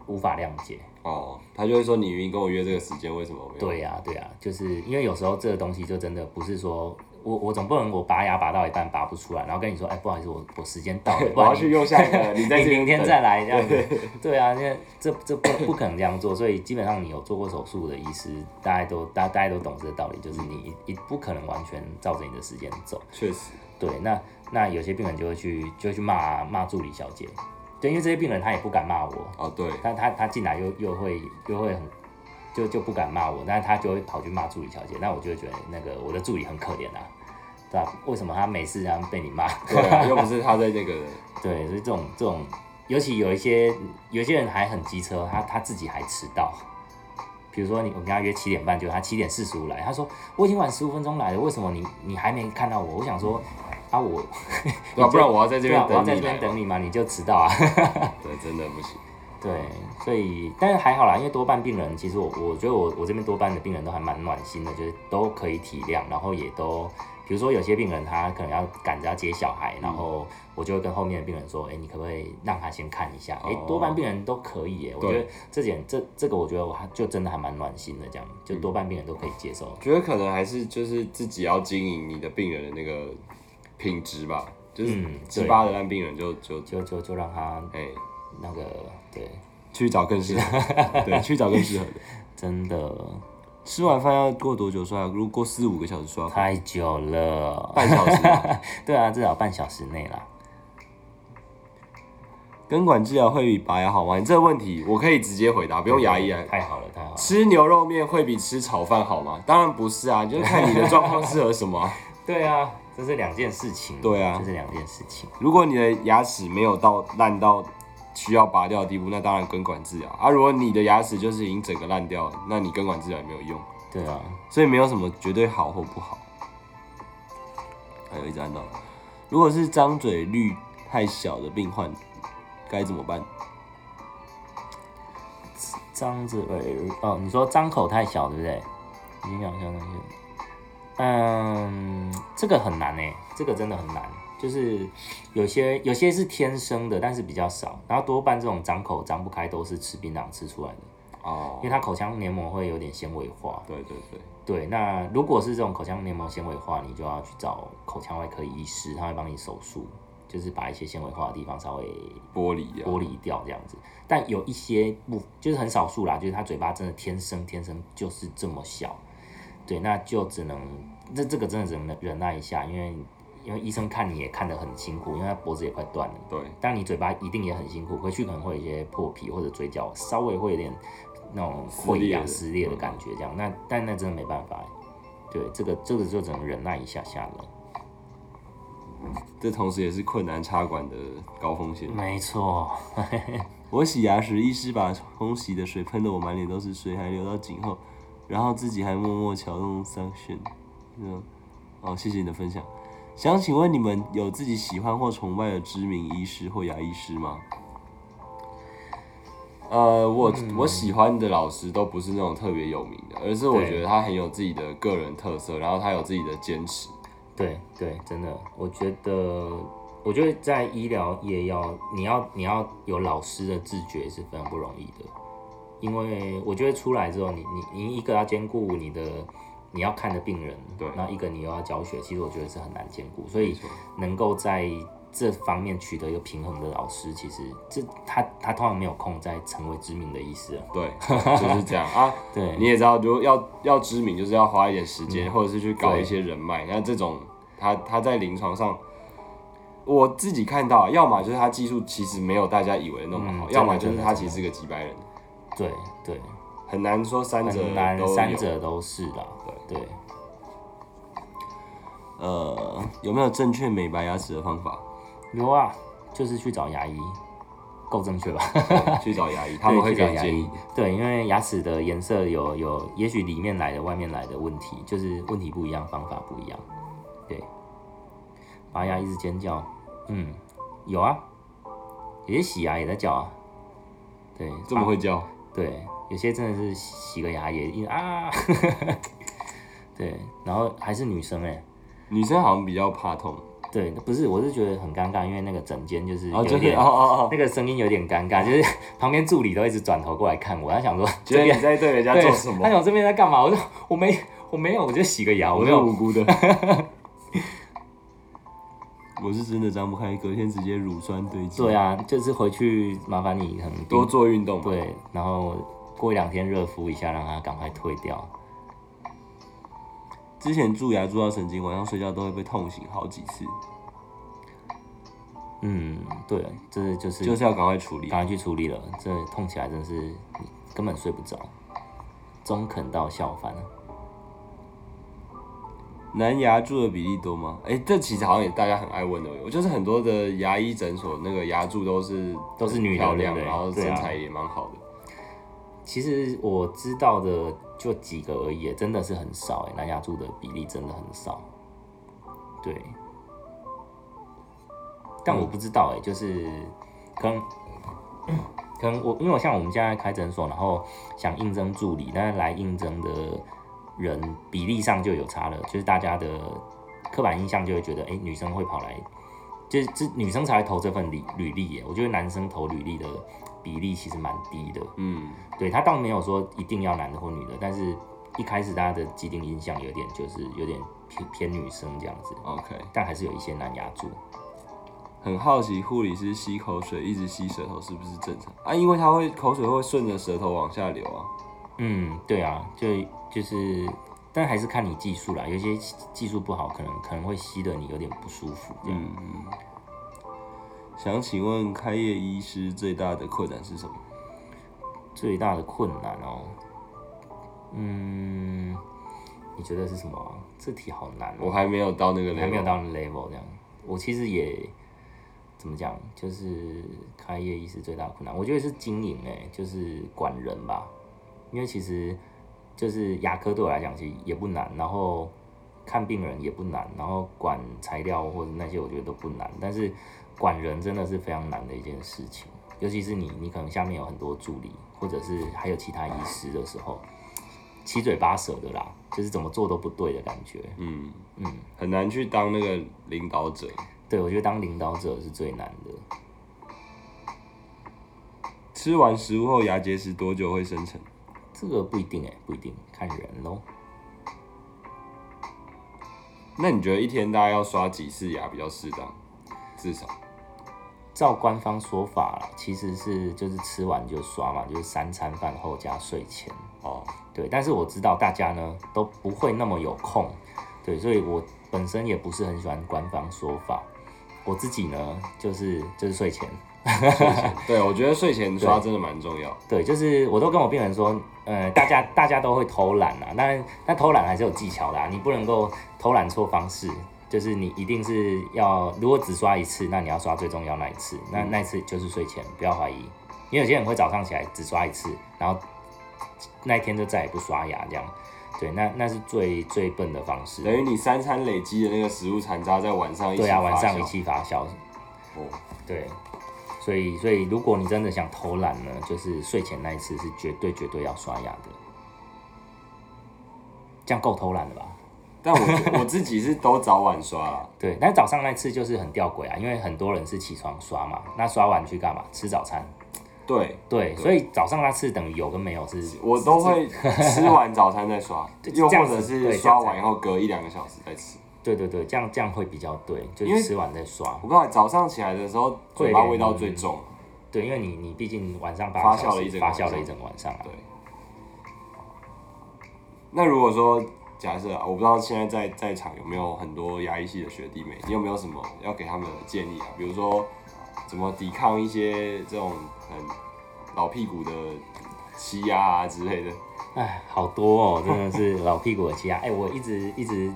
Speaker 2: 无法谅解。
Speaker 1: 哦，他就会说
Speaker 2: 啊
Speaker 1: 你明明跟我约这个时间，为什么没有？
Speaker 2: 对呀、对呀、就是因为有时候这个东西就真的不是说我我总不能我拔牙拔到一半拔不出来，然后跟你说，哎，不好意思，我我时间 到了，不
Speaker 1: 我
Speaker 2: 然
Speaker 1: 要
Speaker 2: 你
Speaker 1: 去用下一个，你在
Speaker 2: 你
Speaker 1: 这边
Speaker 2: 明天
Speaker 1: 等
Speaker 2: 再来这样子，哎对啊，那这这不不可能这样做，所以基本上你有做过手术的医师，大家都大大家都懂这个道理，就是你一不可能完全照着你的时间走，
Speaker 1: 确实，
Speaker 2: 对，那那有些病人就会去就会去骂骂助理小姐，对，因为这些病人他也不敢骂我，
Speaker 1: 哦对，
Speaker 2: 但他他进来又又会又会很就就不敢骂我，但是他就会跑去骂助理小姐，那我就会觉得那个我的助理很可怜啊，对吧、为什么他每次这样被你骂？
Speaker 1: 对 啊，又不是他在那个，啊
Speaker 2: 对，所以这种这种，尤其有一些有些人还很机车，他他自己还迟到。比如说你我跟他约七点半，就他七点四十五来，他说我已经晚十五分钟来了，为什么你你还没看到我？我想说啊我
Speaker 1: 对啊，不然我要在这
Speaker 2: 对啊
Speaker 1: 边
Speaker 2: 我
Speaker 1: 等
Speaker 2: 要在
Speaker 1: 你
Speaker 2: 这边
Speaker 1: 来嘛，
Speaker 2: 等你嘛，你就迟到啊。
Speaker 1: 对，真的不行，
Speaker 2: 对，
Speaker 1: 哦
Speaker 2: 所以但是还好啦，因为多半病人其实我我觉得我我这边多半的病人都还蛮暖心的，就是都可以体谅，然后也都。比如说，有些病人他可能要赶着要接小孩，然后
Speaker 1: 嗯
Speaker 2: 我就会跟后面的病人说：“哎、你可不可以让他先看一下？”哎、
Speaker 1: 哦
Speaker 2: 多半病人都可以耶。我
Speaker 1: 对
Speaker 2: 觉得这点这这个，我觉得我还就真的还蛮暖心的，
Speaker 1: 嗯
Speaker 2: 这样就多半病人都可以接受。
Speaker 1: 觉得可能还是就是自己要经营你的病人的那个品质吧，就是
Speaker 2: 嗯
Speaker 1: 鸡
Speaker 2: 对
Speaker 1: 巴的烂病人就就
Speaker 2: 就就就让他
Speaker 1: 哎、
Speaker 2: 那个对，
Speaker 1: 去找更 适合，对，去找更适合的。
Speaker 2: 真的
Speaker 1: 吃完饭要过多久刷牙？如果过四五个小时刷，
Speaker 2: 太久了，
Speaker 1: 半小时 吧。
Speaker 2: 对啊，至少半小时内啦。
Speaker 1: 根管治疗会比拔牙好吗？你这个问题我可以直接回答，不用牙医来。啊
Speaker 2: 太好了，太好了。
Speaker 1: 吃牛肉面会比吃炒饭好吗？当然不是啊，就是看你的状况适合什么啊、
Speaker 2: 对啊，这是两件事情。
Speaker 1: 对啊
Speaker 2: 这是两件事情。
Speaker 1: 如果你的牙齿没有到烂到需要拔掉的地步，那当然根管治疗啊。如果你的牙齿就是已经整个烂掉了，那你根管治疗也没有用，
Speaker 2: 对啊，
Speaker 1: 所以没有什么绝对好或不好。还有一直按到，如果是张嘴率太小的病患，该怎么办？
Speaker 2: 张子伟哦，你说张口太小，对不对？已经两项那些。嗯，这个很难诶、这个真的很难。就是有些有些是天生的，但是比较少。然后多半这种张口张不开都是吃槟榔吃出来的，
Speaker 1: 哦
Speaker 2: 因为，它口腔黏膜会有点纤维化。
Speaker 1: 对对对，
Speaker 2: 对，那如果是这种口腔黏膜纤维化，你就要去找口腔外科医师，他会帮你手术，就是把一些纤维化的地方稍微
Speaker 1: 玻璃掉，
Speaker 2: 剥离掉这样子。但有一些不，就是很少数啦，就是他嘴巴真的天生天生就是这么小，对，那就只能这这个真的只能忍耐一下，因为因为医生看你也看得很辛苦，因为他脖子也快断了。
Speaker 1: 对，
Speaker 2: 但你嘴巴一定也很辛苦，回去可能会有一些破皮或者嘴角稍微会有点那种
Speaker 1: 撕
Speaker 2: 溃
Speaker 1: 裂
Speaker 2: 疡
Speaker 1: 的嗯
Speaker 2: 撕裂的感觉，这样。那但那真的没办法，欸对，这个这个就只能忍耐一下下了。
Speaker 1: 这同时也是困难插管的高风险。
Speaker 2: 没错，
Speaker 1: 我洗牙时，医师把冲洗的水喷得我满脸都是水，还流到颈后，然后自己还默默瞧弄桑葚。嗯，哦，谢谢你的分享。想请问你们有自己喜欢或崇拜的知名医师或牙医师吗？呃，我我喜欢的老师都不是那种特别有名的，而是我
Speaker 2: 对
Speaker 1: 觉得他很有自己的个人特色，然后他有自己的坚持。
Speaker 2: 对对，真的，我觉得，我觉得在医疗业要你要你要有老师的自觉是非常不容易的，因为我觉得出来之后，你你你一个要兼顾你的你要看的病人，
Speaker 1: 对
Speaker 2: 然后一个你又要教学，其实我觉得是很难兼顾，所以
Speaker 1: 没错
Speaker 2: 能够在这方面取得一个平衡的老师，其实这他他通常没有空再成为知名的医师了，
Speaker 1: 对，就是这样啊。
Speaker 2: 对，
Speaker 1: 你也知道，如果要要知名，就是要花一点时
Speaker 2: 嗯
Speaker 1: 间，或者是去搞一些人脉。那这种他他在临床上，我自己看到，啊要么就是他技术其实没有大家以为的那么
Speaker 2: 嗯
Speaker 1: 好，
Speaker 2: 真的
Speaker 1: 要么就是他
Speaker 2: 真
Speaker 1: 其
Speaker 2: 的
Speaker 1: 实是个几百人，
Speaker 2: 对对，
Speaker 1: 很难说三者
Speaker 2: 很难
Speaker 1: 都
Speaker 2: 三
Speaker 1: 有。
Speaker 2: 者都是啦，对。
Speaker 1: 呃，有没有正确美白牙齿的方 法？
Speaker 2: 有啊，就是去找牙医，够正确吧？
Speaker 1: 去找牙医，他们会给你
Speaker 2: 对去找牙
Speaker 1: 建
Speaker 2: 医
Speaker 1: 议。。
Speaker 2: 对，因为牙齿的颜色有有，也许里面来的、外面来的问题，就是问题不一样，方法不一样。对，拔牙一直尖叫，嗯，有啊，有些洗牙也在叫啊。对，
Speaker 1: 这么
Speaker 2: 拔
Speaker 1: 会叫？
Speaker 2: 对，有些真的是洗个牙也因啊， 对，然后还是女生哎、
Speaker 1: 女生好像比较怕痛，
Speaker 2: 对，不是，我是觉得很尴尬，因为那个整间就是有
Speaker 1: 哦，
Speaker 2: 一
Speaker 1: 就是
Speaker 2: 点
Speaker 1: 哦哦哦，哦
Speaker 2: 那个声音有点尴尬，就是旁边助理都一直转头过来看我，他想说
Speaker 1: 觉
Speaker 2: 这
Speaker 1: 得
Speaker 2: 边
Speaker 1: 你在对人家
Speaker 2: 对
Speaker 1: 做什
Speaker 2: 他
Speaker 1: 么？
Speaker 2: 想这边在干嘛？我说我没我没有，我就洗个牙，我
Speaker 1: 我
Speaker 2: 没
Speaker 1: 是
Speaker 2: 有
Speaker 1: 无辜的。我是真的张不开，隔天直接乳酸堆积。
Speaker 2: 对，啊，就是回去麻烦你很
Speaker 1: 多做运动嘛。
Speaker 2: 对，然后过一两天热敷一下，让它赶快退掉。
Speaker 1: 之前蛀牙蛀到神经，晚上睡觉都会被痛醒好几次，
Speaker 2: 嗯，对，这就是
Speaker 1: 就是要赶快处理。
Speaker 2: 赶快去处理了，这痛起来真的是你根本睡不着，中肯到笑翻了。
Speaker 1: 男牙蛀的比例多吗？哎、这其实好像也大家很爱问的。我就是很多的牙医诊所那个牙蛀都是
Speaker 2: 都是女的
Speaker 1: 漂亮，
Speaker 2: 对不对
Speaker 1: 然后
Speaker 2: 对
Speaker 1: 身
Speaker 2: 啊
Speaker 1: 材也蛮好的。
Speaker 2: 其实我知道的就几个而已，真的是很少哎、蓝牙柱的比例真的很少。对，但我不知道哎、就是可能可能我因为我像我们现在开诊所，然后想应征助理，但是来应征的人比例上就有差了，就是大家的刻板印象就会觉得，哎、女生会跑来，就是这女生才会投这份履履历耶、我觉得男生投履历的比例其实蛮低的。
Speaker 1: 嗯，
Speaker 2: 对他倒没有说一定要男的或女的，但是一开始大家的既定印象有点就是有点偏偏女生这样子，
Speaker 1: OK。
Speaker 2: 但还是有一些男牙柱。
Speaker 1: 很好奇护理师吸口水一直吸舌头是不是正常啊？因为他会口水会顺着舌头往下流啊。
Speaker 2: 嗯，对啊，就就是，但还是看你技术啦，有些技术不好，可能可能会吸得你有点不舒服这样。
Speaker 1: 嗯，嗯想请问开业医师最大的困难是什么？
Speaker 2: 最大的困难哦，嗯，你觉得是什么啊？这题好难哦。
Speaker 1: 我嗯还没有到那个 level，
Speaker 2: 还没有到那 level 这样。我其实也怎么讲，就是开业医师最大的困难，我觉得是经营哎、就是管人吧。因为其实就是牙科对我来讲其实也不难，然后看病人也不难，然后管材料或者那些我觉得都不难，但是管人真的是非常难的一件事情。尤其是你，你可能下面有很多助理，或者是还有其他医师的时候，七嘴八舌的啦，就是怎么做都不对的感觉。
Speaker 1: 嗯，
Speaker 2: 嗯，
Speaker 1: 很难去当那个领导者。
Speaker 2: 对，我觉得当领导者是最难的。
Speaker 1: 吃完食物后牙结石多久会生成？
Speaker 2: 这个不一定哎、不一定，看人咯。
Speaker 1: 那你觉得一天大概要刷几次牙比较适当？至少
Speaker 2: 照官方说法啦，其实是就是吃完就刷嘛，就是三餐饭后加睡前。
Speaker 1: 哦，
Speaker 2: 对，但是我知道大家呢都不会那么有空，对，所以我本身也不是很喜欢官方说法。我自己呢，就是就是睡前，
Speaker 1: 对，我觉得睡前刷真的蛮重要。
Speaker 2: 对，就是我都跟我病人说，呃，大家大家都会偷懒啦，当然，但偷懒还是有技巧的、啊，你不能够偷懒错方式，就是你一定是要，如果只刷一次，那你要刷最重要那一次，那那一次就是睡前，不要怀疑，因为有些人会早上起来只刷一次，然后那一天就再也不刷牙这样，对，那那是最最笨的方式，
Speaker 1: 等于你三餐累积的那个食物残渣，在晚上一起
Speaker 2: 对啊，晚
Speaker 1: 发
Speaker 2: 上
Speaker 1: 酵
Speaker 2: 一气发酵，
Speaker 1: 哦，
Speaker 2: 对，所以所以如果你真的想偷懒呢，就是睡前那一次是绝对绝对要刷牙的，这样够偷懒了吧？
Speaker 1: 但我我自己是都早晚刷啊，
Speaker 2: 对，但早上那次就是很吊诡啊，因为很多人是起床刷嘛，那刷完去干嘛？吃早餐。
Speaker 1: 对
Speaker 2: 对，所以早上那次等于有跟没有是，
Speaker 1: 我都 会吃完早餐再刷，
Speaker 2: 对
Speaker 1: 又
Speaker 2: 这
Speaker 1: 或
Speaker 2: 样子
Speaker 1: 者
Speaker 2: 对这
Speaker 1: 是
Speaker 2: 样
Speaker 1: 刷
Speaker 2: 才
Speaker 1: 完以后隔一两个小时再吃。
Speaker 2: 对对对，这样这样会比较对，就
Speaker 1: 因为
Speaker 2: 是吃完再刷。
Speaker 1: 我告诉你，早上起来的时候，嘴巴
Speaker 2: 会
Speaker 1: 味道最重。啊
Speaker 2: 对，因为你你毕竟晚上八
Speaker 1: 发
Speaker 2: 个小
Speaker 1: 酵了
Speaker 2: 时
Speaker 1: 一整个
Speaker 2: 发
Speaker 1: 晚
Speaker 2: 酵了
Speaker 1: 上
Speaker 2: 一整个晚上啊
Speaker 1: 对，嗯那如果说假设啊，我不知道现在在在场有没有很多牙医系的学弟妹，你有没有什么要给他们的建议啊？比如说怎么抵抗一些这种很老屁股的欺压啊之类的？
Speaker 2: 哎，好多哦，真的是老屁股的气压。哎，我一直一直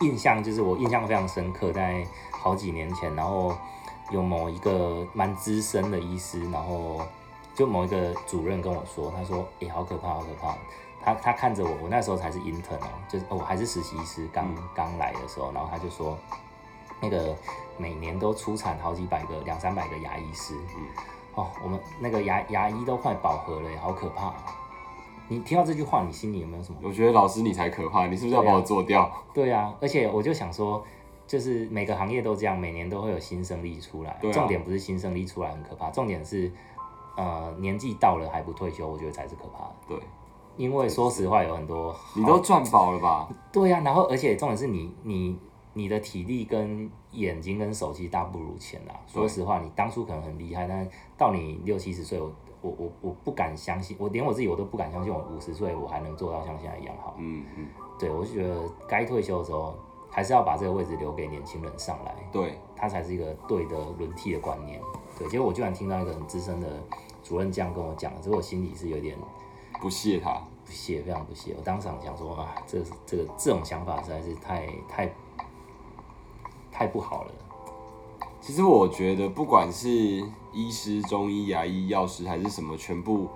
Speaker 2: 印象就是我印象非常深刻，在好几年前，然后有某一个蛮资深的医师，然后就某一个主任跟我说，他说：“哎，好可怕，好可怕。”他他看着我，我那时候才是 intern 哦，就是、哦我还是实习医师，刚
Speaker 1: 嗯
Speaker 2: 刚来的时候，然后他就说，那个每年都出产好几百个、两三百个牙医师，
Speaker 1: 嗯
Speaker 2: 哦，我们那个牙牙医都快饱和了耶，好可怕哦、你听到这句话，你心里有没有什么？
Speaker 1: 我觉得老师你才可怕，你是不是要把我做掉？
Speaker 2: 对啊，而且我就想说，就是每个行业都这样，每年都会有新生力出来。
Speaker 1: 对啊
Speaker 2: 重点不是新生力出来很可怕，重点是，呃，年纪到了还不退休，我觉得才是可怕的。
Speaker 1: 对，
Speaker 2: 因为说实话，有很多啊
Speaker 1: 你都赚饱了吧？
Speaker 2: 对呀、然后而且重点是你你你的体力跟眼睛跟手其实大不如前啦。说实话，你当初可能很厉害，但是到你六七十岁，我我我我不敢相信，我连我自己我都不敢相信，我五十岁我还能做到像现在一样好。
Speaker 1: 嗯嗯，
Speaker 2: 对我就觉得该退休的时候，还是要把这个位置留给年轻人上来，
Speaker 1: 对，
Speaker 2: 它才是一个对的轮替的观念。对，结果我居然听到一个很资深的主任这样跟我讲，所以我心里是有点
Speaker 1: 不屑他，
Speaker 2: 不屑，非常不屑。我当场想说啊，这这个这种想法实在是太太太不好了。
Speaker 1: 其实我觉得，不管是医师、中医、牙医、药师，还是什么，全部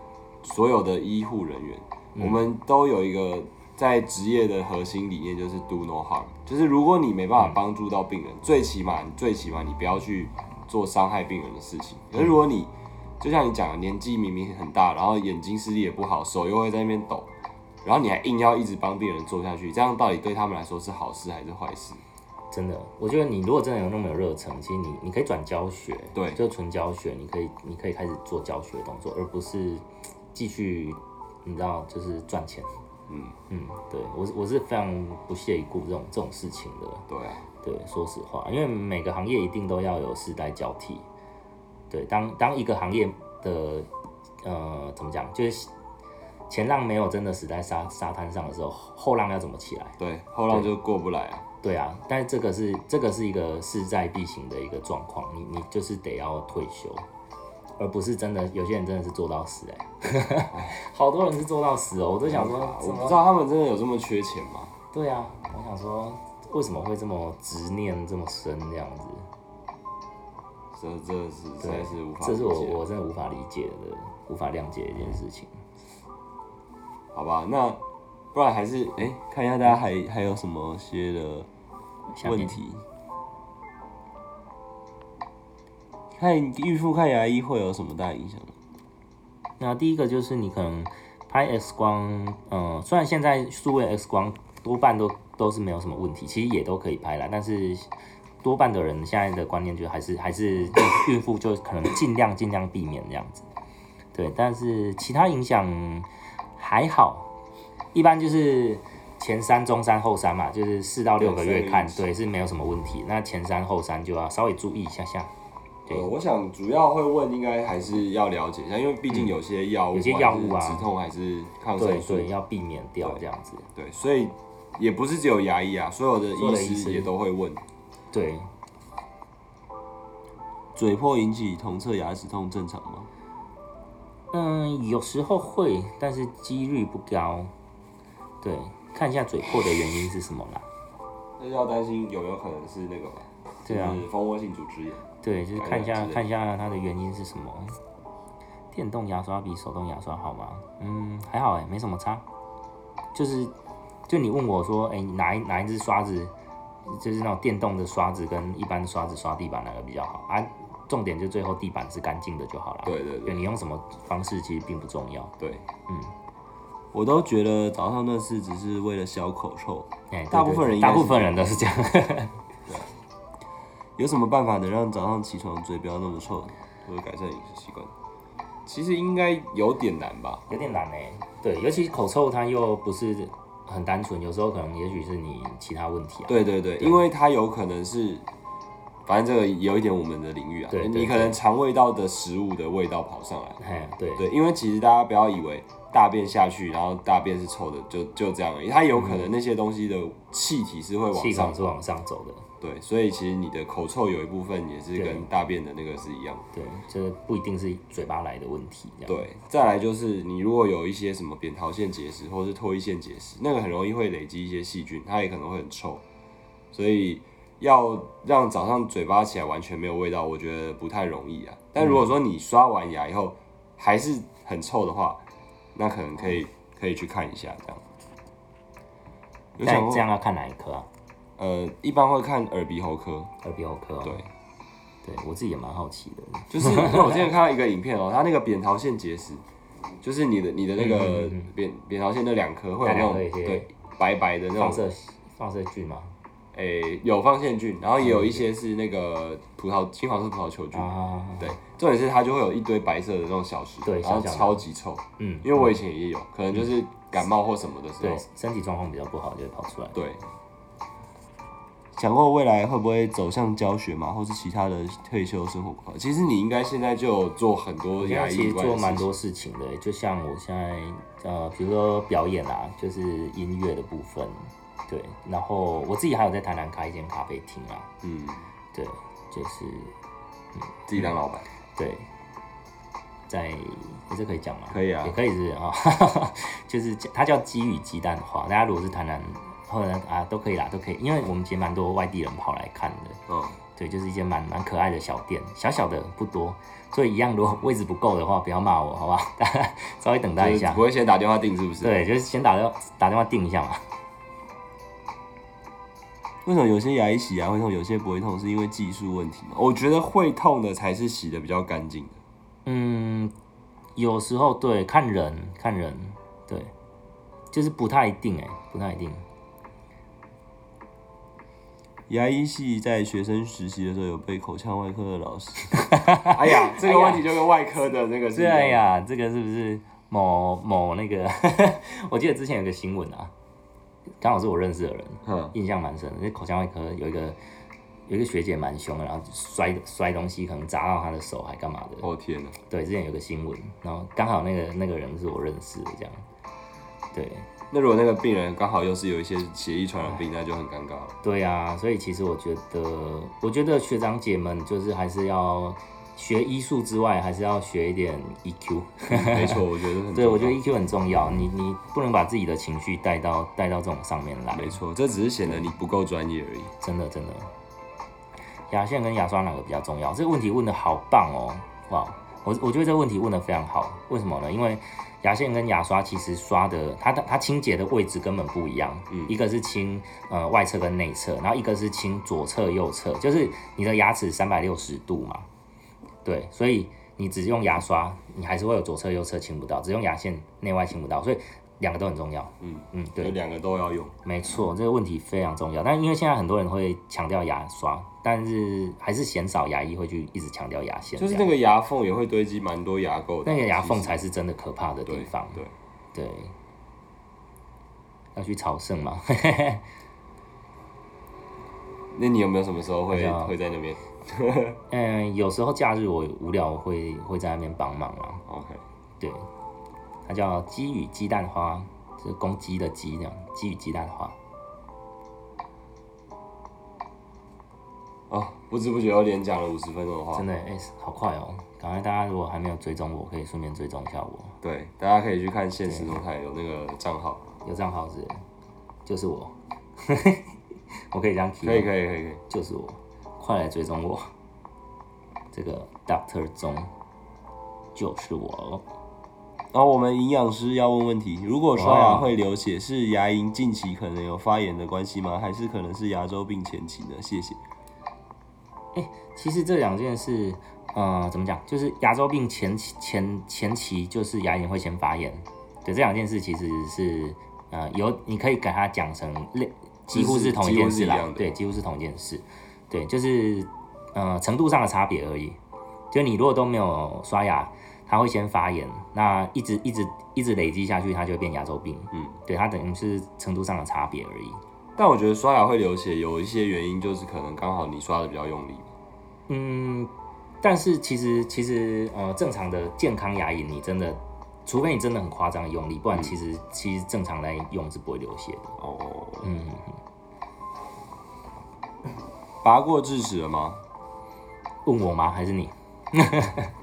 Speaker 1: 所有的医护人员，我们都有一个在职业的核心理念，就是 do no harm。就是如果你没办法帮助到病人，最起码你最起码你不要去做伤害病人的事情。可是如果你就像你讲的，年纪明明很大，然后眼睛视力也不好，手又会在那边抖，然后你还硬要一直帮病人做下去，这样到底对他们来说是好事还是坏事？
Speaker 2: 真的，我觉得你如果真的有那么有热忱，其实你你可以转教学，
Speaker 1: 对
Speaker 2: 就纯教学，你可以你可以开始做教学的动作，而不是继续你知道就是赚钱。
Speaker 1: 嗯
Speaker 2: 嗯，对我是我是非常不屑一顾这种这种事情的。
Speaker 1: 对啊，
Speaker 2: 对，说实话，因为每个行业一定都要有世代交替。对，当当一个行业的呃怎么讲，就是前浪没有真的死在沙沙滩上的时候，后浪要怎么起来？
Speaker 1: 对，后浪就过不来啊。
Speaker 2: 对啊，但是这个是这个是一个势在必行的一个状况，你你就是得要退休，而不是真的有些人真的是做到死哎、 好多人是做到死哦，我都想说
Speaker 1: 我
Speaker 2: 怎
Speaker 1: 不知
Speaker 2: 么
Speaker 1: 道他们真的有这么缺钱吗？
Speaker 2: 对啊，我想说为什么会这么执念这么深这样子？
Speaker 1: 这这是实在
Speaker 2: 对，
Speaker 1: 是无法
Speaker 2: 这
Speaker 1: 理
Speaker 2: 是我
Speaker 1: 解。
Speaker 2: 我真的无法理解的、无法谅解的一件事情。
Speaker 1: 好吧，那不然还是哎、看一下大家还还有什么些的
Speaker 2: 下
Speaker 1: 问
Speaker 2: 面
Speaker 1: 题。看孕妇看牙医会有什么大影响？
Speaker 2: 那第一个就是你可能拍 X 光，呃，虽然现在数位 X 光多半都都是没有什么问题，其实也都可以拍啦，但是多半的人现在的观念就还是还是孕孕妇就可能尽量尽量避免这样子。对，但是其他影响还好，一般就是前三、中三、后三嘛，就是四到六
Speaker 1: 对
Speaker 2: 个
Speaker 1: 生
Speaker 2: 月
Speaker 1: 理
Speaker 2: 看，
Speaker 1: 期
Speaker 2: 对，是没有什么问题。那前三、后三就要稍微注意一下下。对
Speaker 1: 呃，我想主要会问，应该还是要了解一下，因为毕竟有些药物，
Speaker 2: 嗯有些药物
Speaker 1: 不
Speaker 2: 啊
Speaker 1: 管是止痛还是抗
Speaker 2: 对
Speaker 1: 生素，
Speaker 2: 对，要避免掉这样子。
Speaker 1: 对，所以也不是只有牙医啊，所有的
Speaker 2: 所有的
Speaker 1: 医师
Speaker 2: 医师
Speaker 1: 也都会问。
Speaker 2: 对，
Speaker 1: 嘴破引起同侧牙齿痛正常吗？
Speaker 2: 嗯，有时候会，但是几率不高。对，看一下嘴破的原因是什么啦。
Speaker 1: 那就要担心有没有可能是那个吧？
Speaker 2: 对啊，
Speaker 1: 就是蜂窝性组织炎。
Speaker 2: 对，就是看
Speaker 1: 感
Speaker 2: 一下
Speaker 1: 染之类的
Speaker 2: 看一下它的原因是什么。电动牙刷比手动牙刷好吗？嗯，还好哎、没什么差。就是，就你问我说，哎、你哪一哪一只刷子，就是那种电动的刷子跟一般的刷子刷地板哪个比较好啊？重点就最后地板是干净的就好了。
Speaker 1: 对对
Speaker 2: 对
Speaker 1: 对
Speaker 2: 你用什么方式其实并不重要。
Speaker 1: 对，
Speaker 2: 嗯，
Speaker 1: 我都觉得早上那次只是为了消口臭。
Speaker 2: 哎、对
Speaker 1: 大部
Speaker 2: 对
Speaker 1: 分人应该
Speaker 2: 大部
Speaker 1: 是
Speaker 2: 分人都是这样。
Speaker 1: 有什么办法能让早上起床嘴不要那么臭？或者改善饮食习惯？其实应该有点难吧。
Speaker 2: 有点难哎、对，尤其口臭，它又不是很单纯，有时候可能也许是你其他问题啊。
Speaker 1: 对对对，因为它有可能是，反正这个有一点我们的领域啊，
Speaker 2: 对对
Speaker 1: 你可能肠胃道的食物的味道跑上来。
Speaker 2: 哎，对，
Speaker 1: 对，因为其实大家不要以为大便下去，然后大便是臭的，就就这样而已。它有可能那些东西的气体是会往
Speaker 2: 嗯气
Speaker 1: 上
Speaker 2: 孔是往上走的，
Speaker 1: 对，所以其实你的口臭有一部分也是
Speaker 2: 对
Speaker 1: 跟大便的那个是一样的。
Speaker 2: 对，这不一定是嘴巴来的问题。这样，
Speaker 1: 对，再来就是你如果有一些什么扁桃腺结石或是唾液腺结石，那个很容易会累积一些细菌，它也可能会很臭。所以要让早上嘴巴起来完全没有味道，我觉得不太容易啊。但如果说你刷完牙以后还是很臭的话，那可能可
Speaker 2: 嗯
Speaker 1: 以可以去看一下这样。有想
Speaker 2: 但
Speaker 1: 过
Speaker 2: 这样要看哪一科啊？
Speaker 1: 呃，一般会看耳鼻喉科，
Speaker 2: 耳鼻喉科、哦。
Speaker 1: 对，
Speaker 2: 对，我自己也蛮好奇的。
Speaker 1: 就是 因为我之前看到一个影片哦、它那个扁桃腺结石，就是你的你的那个
Speaker 2: 嗯嗯嗯
Speaker 1: 扁扁桃腺那两颗会有
Speaker 2: 那
Speaker 1: 那
Speaker 2: 两
Speaker 1: 种
Speaker 2: 颗也是
Speaker 1: 对白白的那
Speaker 2: 放
Speaker 1: 种，
Speaker 2: 射放射菌吗？
Speaker 1: 诶、有放线菌，然后也有
Speaker 2: 嗯
Speaker 1: 一些是那个葡萄金黄色葡萄球菌。
Speaker 2: 啊，
Speaker 1: 对，重点是它就会有一堆白色的那种小石头，
Speaker 2: 对
Speaker 1: 然后
Speaker 2: 小小的
Speaker 1: 超级臭。
Speaker 2: 嗯，
Speaker 1: 因为我以前也有，可能就是感冒或什么的时候
Speaker 2: 对，身体状况比较不好就会跑出来。
Speaker 1: 对。想过未来会不会走向教学嘛，或是其他的退休生活规划？其实你应该现在就有做很多
Speaker 2: 我现
Speaker 1: 牙
Speaker 2: 在
Speaker 1: 医
Speaker 2: 其实
Speaker 1: 以外的
Speaker 2: 做
Speaker 1: 事
Speaker 2: 蛮
Speaker 1: 情
Speaker 2: 多事情的欸，就像我现在呃，比如说表演啊，就是音乐的部分，对。然后我自己还有在台南开一间咖啡厅啊，
Speaker 1: 嗯，
Speaker 2: 对，就是
Speaker 1: 自己当老板，
Speaker 2: 对，在这可以讲吗？
Speaker 1: 可以啊
Speaker 2: 也可以是不是啊、哦， 就是它叫鸡与鸡蛋花。大家如果是台南后来啊，都可以啦，都可以，因为我们其实蛮多外地人跑来看的。
Speaker 1: 嗯，
Speaker 2: 对，就是一间蛮蛮可爱的小店，小小的不多，所以一样，如果位置不够的话，不要骂我，好不 好？大家稍微等待一
Speaker 1: 就是
Speaker 2: 下
Speaker 1: 不。会先打电话订是不是？，
Speaker 2: 对，就是先打电话打电话订一下嘛。
Speaker 1: 为什么有些牙医洗牙会痛，有些不会痛，是因为技术问题吗？我觉得会痛的才是洗的比较干净的。
Speaker 2: 嗯，有时候对，看人看人，对，就是不太一定哎、不太一定。
Speaker 1: 牙医系在学生实习的时候有被口腔外科的 老师，哎呀，哎这个问题就跟外科的那个是一
Speaker 2: 对
Speaker 1: 样的，
Speaker 2: 呀，这个是不是某某那个？ 我记得之前有个新闻啊，刚好是我认识的人，
Speaker 1: 嗯，
Speaker 2: 印象蛮深的。那口腔外科有一个有一个学姐蛮凶的，然后摔摔东西，可能砸到她的手还干嘛的。
Speaker 1: 哦天哪，
Speaker 2: 对，之前有个新闻，然后刚好那个那个人是我认识的，这样。对
Speaker 1: 那如果那个病人刚好又是有一些血液传染病，那就很尴尬 了。
Speaker 2: 对啊，所以其实我觉得，我觉得学长姐们就是还是要学医术之外，还是要学一点 EQ。
Speaker 1: 没错，我觉得很重要
Speaker 2: 对，我觉得 EQ 很重要，你你不能把自己的情绪带到带到这种上面来，
Speaker 1: 没错，这只是显得你不够专业而已。
Speaker 2: 真的真的。牙线跟牙刷哪个比较重要？这个问题问的好棒哦，哇！我我觉得这个问题问的非常好，为什么呢？因为牙线跟牙刷其实刷的它的它清洁的位置根本不一样，一个是清呃外侧跟内侧，然后一个是清左侧右侧，就是你的牙齿三百六十度嘛，对，所以你只用牙刷，你还是会有左侧右侧清不到，只用牙线内外清不到，所以两个都很重要。
Speaker 1: 嗯
Speaker 2: 嗯，对
Speaker 1: 有，两个都要用。
Speaker 2: 没错，这个问题非常重要。但因为现在很多人会强调牙刷，但是还是减少牙医会去一直强调牙线这
Speaker 1: 就
Speaker 2: 样，
Speaker 1: 是那个牙缝也会堆积蛮多牙垢的，
Speaker 2: 那个牙缝
Speaker 1: 其实
Speaker 2: 才是真的可怕的地
Speaker 1: 对
Speaker 2: 方。
Speaker 1: 对，
Speaker 2: 对，要去朝圣嘛？
Speaker 1: 那你有没有什么时候
Speaker 2: 我
Speaker 1: 会
Speaker 2: 知道
Speaker 1: 会在那边
Speaker 2: 嗯，有时候假日我无聊我会会在那边帮忙啊。
Speaker 1: ？OK，
Speaker 2: 对，它叫鸡与鸡蛋花，就是公鸡的鸡这样，鸡与鸡蛋花。
Speaker 1: 哦，不知不觉又连讲了五十分钟的话
Speaker 2: 真，的哎、好快哦！赶快大家如果还没有追踪我，可以顺便追踪一下我。
Speaker 1: 对，大家可以去看现实动态有那个账号，
Speaker 2: 有账号是，就是我， 我可以这样提吗，
Speaker 1: 可以可以可以可以，
Speaker 2: 就是我，快来追踪我，这个 Doctor 中就是我，哦
Speaker 1: 然后我们营养师要问问题：如果刷
Speaker 2: 啊
Speaker 1: 牙会流血，是牙龈近期可能有发炎的关系吗？还是可能是牙周病前期呢？谢谢。
Speaker 2: 其实这两件事，呃，怎么讲？就是牙周病前期前前期就是牙龈会先发炎，对，这两件事其实是呃有你可以给它讲成类，几乎是同一件
Speaker 1: 几
Speaker 2: 事
Speaker 1: 乎是一
Speaker 2: 啦
Speaker 1: 样，的
Speaker 2: 对，几乎是同一件事，对，就是呃程度上的差别而已。就你如果都没有刷牙，它会先发炎，那一直一直一直累积下去，它就会变牙周病。
Speaker 1: 嗯，
Speaker 2: 对，它等于是程度上的差别而已。
Speaker 1: 但我觉得刷牙会流血有一些原因，就是可能刚好你刷的比较用力。
Speaker 2: 嗯，但是其实其实呃，正常的健康牙龈，你真的，除非你真的很夸张的用力，
Speaker 1: 嗯
Speaker 2: 不然其实、其实正常来用是不会流血的。
Speaker 1: 哦，
Speaker 2: 嗯，
Speaker 1: 拔过智齿了吗？
Speaker 2: 问我吗？还是你？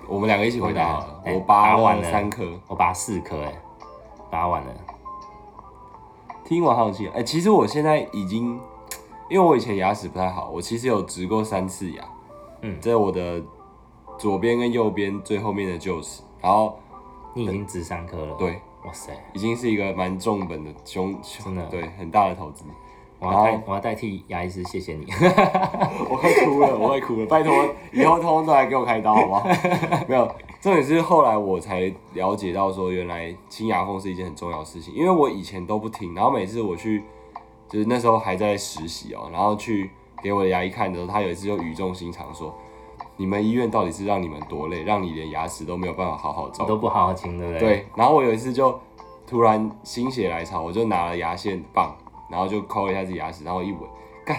Speaker 1: 我们两个一起回答好了。
Speaker 2: 哎
Speaker 1: 我拔
Speaker 2: 拔完
Speaker 1: 了
Speaker 2: 了
Speaker 1: 三颗，
Speaker 2: 我拔四颗哎，拔完了。
Speaker 1: 听完好奇。哎、其实我现在已经，因为我以前牙齿不太好，我其实有植过三次牙。
Speaker 2: 嗯
Speaker 1: 这是我的左边跟右边最后面的臼齿，然后
Speaker 2: 你已经植三颗了。，
Speaker 1: 对，
Speaker 2: 哇塞，
Speaker 1: 已经是一个蛮重本的胸，
Speaker 2: 真的
Speaker 1: 对很大的投资。
Speaker 2: 我要代我要代替牙医师谢 谢你。
Speaker 1: 我会哭了，我会哭了，拜托，以后通通都来给我开刀，好不好？ 没有，重点是后来我才了解到说，原来清牙缝是一件很重要的事情，因为我以前都不听，然后每次我去，就是那时候还在实习哦、然后去给我的牙医看的时候，他有一次就语重心长说。你们医院到底是让你们多累，让你连牙齿都没有办法好好照
Speaker 2: 你
Speaker 1: 顾
Speaker 2: 都？不好好听，对不对？，
Speaker 1: 对，然后我有一次就突然心血来潮，我就拿了牙线棒，然后就抠了一下自己牙齿，然后一闻，干，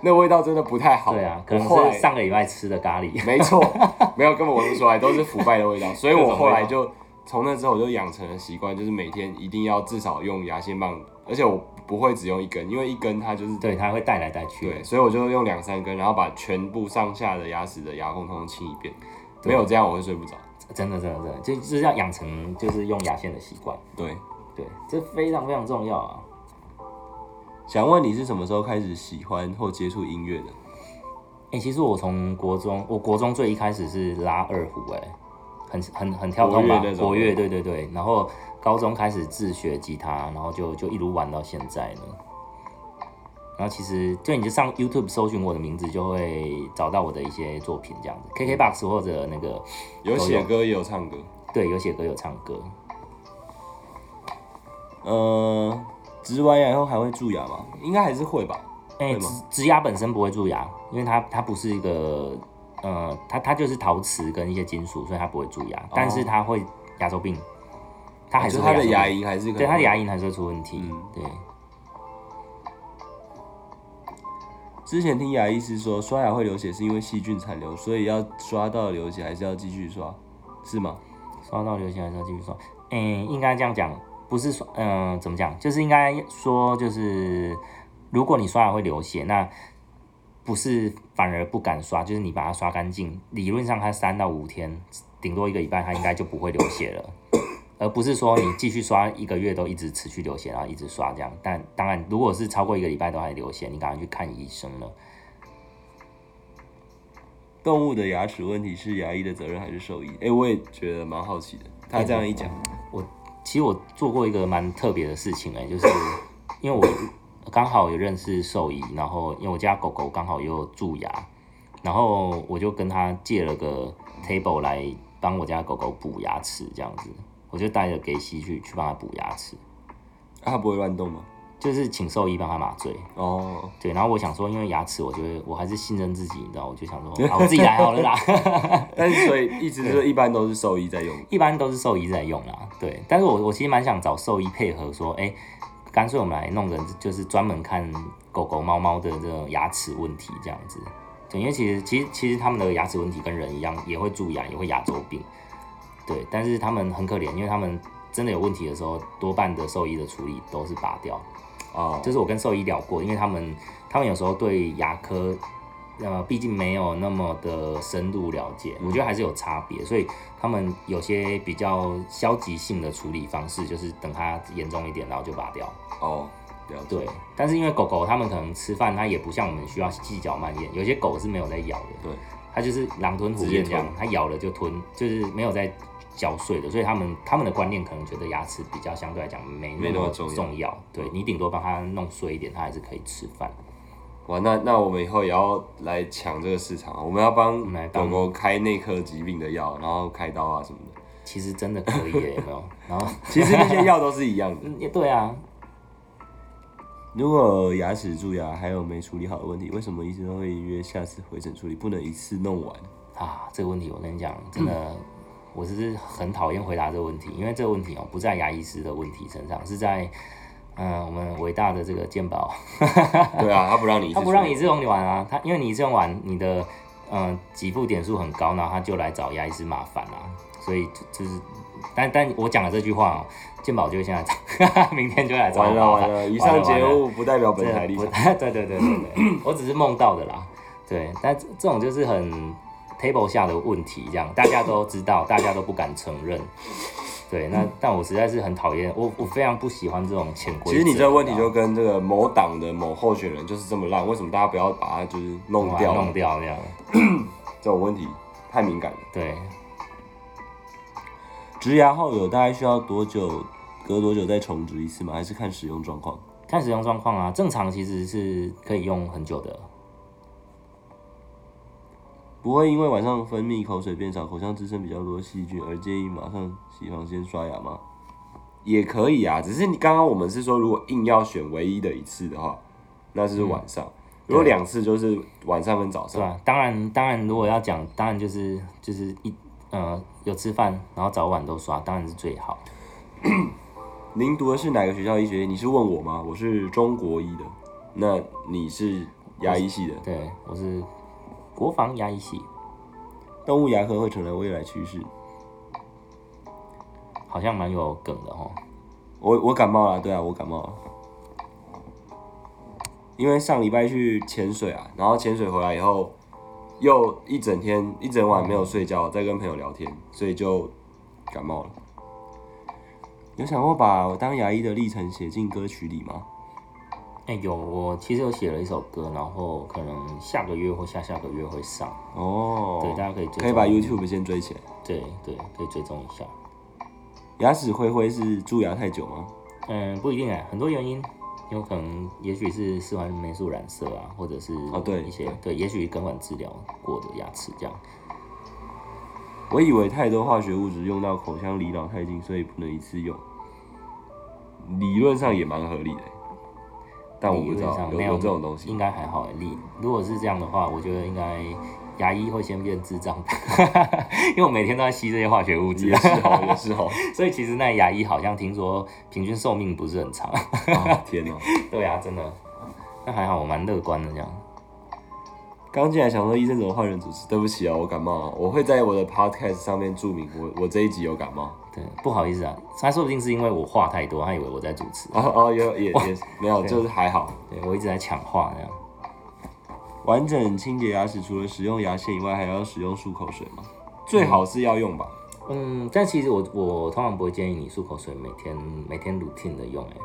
Speaker 1: 那味道真的不太好。
Speaker 2: 对啊，可
Speaker 1: 我
Speaker 2: 能
Speaker 1: 后
Speaker 2: 是
Speaker 1: 来
Speaker 2: 上个礼拜吃的咖喱。
Speaker 1: 没 错，没有根本闻不出来，都是腐败的味道。所以
Speaker 2: 各
Speaker 1: 我
Speaker 2: 种
Speaker 1: 后
Speaker 2: 味道
Speaker 1: 来就从那之后我就养成了习惯，就是每天一定要至少用牙线棒，而且我不会只用一根，因为一根它就是
Speaker 2: 对，它会带来带去。
Speaker 1: 对，所以我就用两三根，然后把全部上下的牙齿的牙缝通通清一遍。
Speaker 2: 对
Speaker 1: 没有这样我会睡不着。
Speaker 2: 真的真的真的，就就是要养成就是用牙线的习惯。
Speaker 1: 对，
Speaker 2: 对，这非常非常重要啊。
Speaker 1: 想问你是什么时候开始喜欢或接触音乐的？
Speaker 2: 哎、其实我从国中，我国中最一开始是拉二胡、哎，很很很跳动吧
Speaker 1: 国乐那，种
Speaker 2: 国乐，对对对。然后高中开始自学吉他，然后就就一路玩到现在呢。然后其实就你就上 YouTube 搜寻我的名字，就会找到我的一些作品，这样子。KKBox 或者那个
Speaker 1: 有写歌也有唱歌。
Speaker 2: 对，有写歌有唱歌，
Speaker 1: 呃，植完牙以后还会蛀牙吗？应该还是会吧。
Speaker 2: 哎、
Speaker 1: 会吗
Speaker 2: 植植牙本身不会蛀牙，因为它它不是一个呃，它它就是陶瓷跟一些金属，所以它不会蛀牙，但是它会牙周病，它还是
Speaker 1: 哦就他
Speaker 2: 会
Speaker 1: 的
Speaker 2: 周病
Speaker 1: 牙龈还是可能
Speaker 2: 对它的牙
Speaker 1: 会。嗯
Speaker 2: 龈还是会出问题。对，
Speaker 1: 之前听牙医师说，刷牙会流血是因为细菌残留，所以要刷到流血还是要继续刷，是吗？
Speaker 2: 刷到流血还是要继续刷。哎、应该这样讲，不是说嗯、呃怎么讲，就是应该说就是，如果你刷牙会流血，那不是反而不敢刷，就是你把它刷干净，理论上它三到五天，顶多一个礼拜，它应该就不会流血了。而不是说你继续刷一个月都一直持续流血，然后一直刷这样。但当然，如果是超过一个礼拜都还流血，你赶快去看医生了。
Speaker 1: 动物的牙齿问题是牙医的责任还是兽医？哎、我也觉得蛮好奇的。他这样一讲，
Speaker 2: 其实我做过一个蛮特别的事情哎、就是 因为我刚好有认识兽医，然后因为我家狗狗刚好也有蛀牙，然后我就跟他借了个 table 来帮我家狗狗补牙齿，这样子，我就带着给西去去帮他补牙齿，
Speaker 1: 他不会乱动吗？
Speaker 2: 就是请兽医帮他麻醉。
Speaker 1: 哦，
Speaker 2: 对，然后我想说，因为牙齿，我觉得我还是信任自己，你知道，我就想说，啊，我自己来好了啦。
Speaker 1: 但是所以一直就是一般都是兽医在用。
Speaker 2: 一般都是兽医在用啦，对。但是我我其实蛮想找兽医配合，说，哎、干脆我们来弄个就是专门看狗狗、猫猫的这种牙齿问题这样子。对，因为其实其实其实它们的牙齿问题跟人一样，也会蛀牙，也会牙周病。对，但是它们很可怜，因为它们真的有问题的时候，多半的兽医的处理都是拔掉。
Speaker 1: 哦，
Speaker 2: 就是我跟兽医聊过，因为他们他们有时候对牙科，呃，毕竟没有那么的深入了解，我觉得还是有差别，所以他们有些比较消极性的处理方式，就是等它严重一点，然后就拔掉。
Speaker 1: 哦，了解。
Speaker 2: 对，但是因为狗狗它们可能吃饭，它也不像我们需要细嚼慢咽，有些狗是没有在咬的，
Speaker 1: 对，
Speaker 2: 它就是狼吞虎
Speaker 1: 直接
Speaker 2: 咽这样
Speaker 1: 吞，
Speaker 2: 它咬了就吞，就是没有在嚼碎的，所以他们他们的观念可能觉得牙齿比较相对来讲没
Speaker 1: 没那
Speaker 2: 么
Speaker 1: 么重要嗯
Speaker 2: 要对你顶多帮它弄碎一点，它还是可以吃饭。
Speaker 1: 哇，那那我们以后也要来抢这个市场啊，我们要帮
Speaker 2: 们来帮
Speaker 1: 狗狗开内科疾病的药，然后开刀啊什么 的。
Speaker 2: 其实真的可以 耶，有没有？然后，
Speaker 1: 其实那些药都是一样的。
Speaker 2: 嗯，也对啊，
Speaker 1: 如果牙齿蛀牙还有没处理好的问题，为什么医生会约下次回诊处理，不能一次弄 完？
Speaker 2: 啊，这个问题我跟你讲，真的，我是很讨厌回答这个问题，因为这个问题哦、不在牙医师的问题身上，是在，嗯、我们伟大的这个健保，
Speaker 1: 对啊，他不让你一次
Speaker 2: 他
Speaker 1: 处理，
Speaker 2: 不让一次用完啊，他因为你一次用完，你的嗯、呃给付点数很高，然后他就来找牙医师麻烦啦、所以就就是，但但我讲了这句话哦、健保就会现在找， 明天就来找我
Speaker 1: 完了
Speaker 2: 麻
Speaker 1: 完
Speaker 2: 烦，
Speaker 1: 了，以上
Speaker 2: 完
Speaker 1: 节
Speaker 2: 了
Speaker 1: 目不代表本
Speaker 2: 这
Speaker 1: 台立
Speaker 2: 不
Speaker 1: 场。
Speaker 2: 对对对对对，我只是梦到的啦。对，但这这种就是很 table 下的问题，这样大家都知道，大家都不敢承认。对， 那但我实在是很讨厌，我我非常不喜欢这种潜规则。啊
Speaker 1: 其实你这个问题
Speaker 2: 知道
Speaker 1: 就跟这个某党的某候选人就是这么烂，为什么大家不要把它就是弄
Speaker 2: 吗
Speaker 1: 掉？
Speaker 2: 弄掉那样。
Speaker 1: 这种问题太敏感了。
Speaker 2: 对，
Speaker 1: 植牙后有大概需要多久，隔多久再重植一次吗？还是看使用状况？
Speaker 2: 看使用状况啊，正常其实是可以用很久的。
Speaker 1: 不会因为晚上分泌口水变少，口腔滋生比较多细菌而建议马上洗床先刷牙吗？也可以啊，只是你刚刚我们是说，如果硬要选唯一的一次的话，那就是晚上；如果两次，就是晚上跟早
Speaker 2: 是
Speaker 1: 上。
Speaker 2: 吧？当然，当然，如果要讲，当然就是就是一呃有吃饭，然后早晚都刷，当然是最好。
Speaker 1: 您读的是哪个学校医学系？你是问我吗？我是中国医的，那你是牙医系的。
Speaker 2: 对，我是国防牙医系，
Speaker 1: 动物牙科会成为未来趋势。
Speaker 2: 好像蛮有梗的哦。
Speaker 1: 我我感冒了，对啊，我感冒了。因为上礼拜去潜水啊，然后潜水回来以后，又一整天一整晚没有睡觉，在跟朋友聊天，所以就感冒了。有想过把我当牙医的历程写进歌曲里吗？
Speaker 2: 哎、有我其实有写了一首歌，然后可能下个月或下下个月会上，
Speaker 1: 哦，
Speaker 2: 对，大家可以追踪
Speaker 1: 可以把 YouTube 先追起来。
Speaker 2: 对对可以追踪一下。
Speaker 1: 牙齿灰灰是蛀牙太久吗？
Speaker 2: 嗯，不一定哎，很多原因，有可能也许是视完霉素染色啊，或者是
Speaker 1: 哦对
Speaker 2: 一些对，也许根管治疗过的牙齿这样。
Speaker 1: 我以为太多化学物质用到口腔离老太近，所以不能一次用。理论上也蛮合理的，欸但我不知
Speaker 2: 理论
Speaker 1: 道
Speaker 2: 上
Speaker 1: 有
Speaker 2: 那
Speaker 1: 有
Speaker 2: 样
Speaker 1: 这种东西
Speaker 2: 应。该还好哎。你如果是这样的话，我觉得应该牙医会先变智障， 因为我每天都在吸这些化学物质
Speaker 1: 也，是哦，也是哦。
Speaker 2: 所以其实那牙医好像听说平均寿命不是很长。
Speaker 1: 啊天哪！
Speaker 2: 对啊，真的。那还好，我蛮乐观的这样。
Speaker 1: 刚进来想说医生怎么换人主持，对不起啊，我感冒了。我会在我的 podcast 上面注明我我这一集有感冒。
Speaker 2: 对，不好意思啊，他说不定是因为我话太多，他以为我在主持，
Speaker 1: 哦哦，有也也没有，就是还好。
Speaker 2: 对我一直在抢话这样。
Speaker 1: 完整清洁牙齿，除了使用牙线以外，还要使用漱口水吗？最好是要用吧。
Speaker 2: 嗯，但其实我我通常不会建议你漱口水每天每天 routine 的用、欸，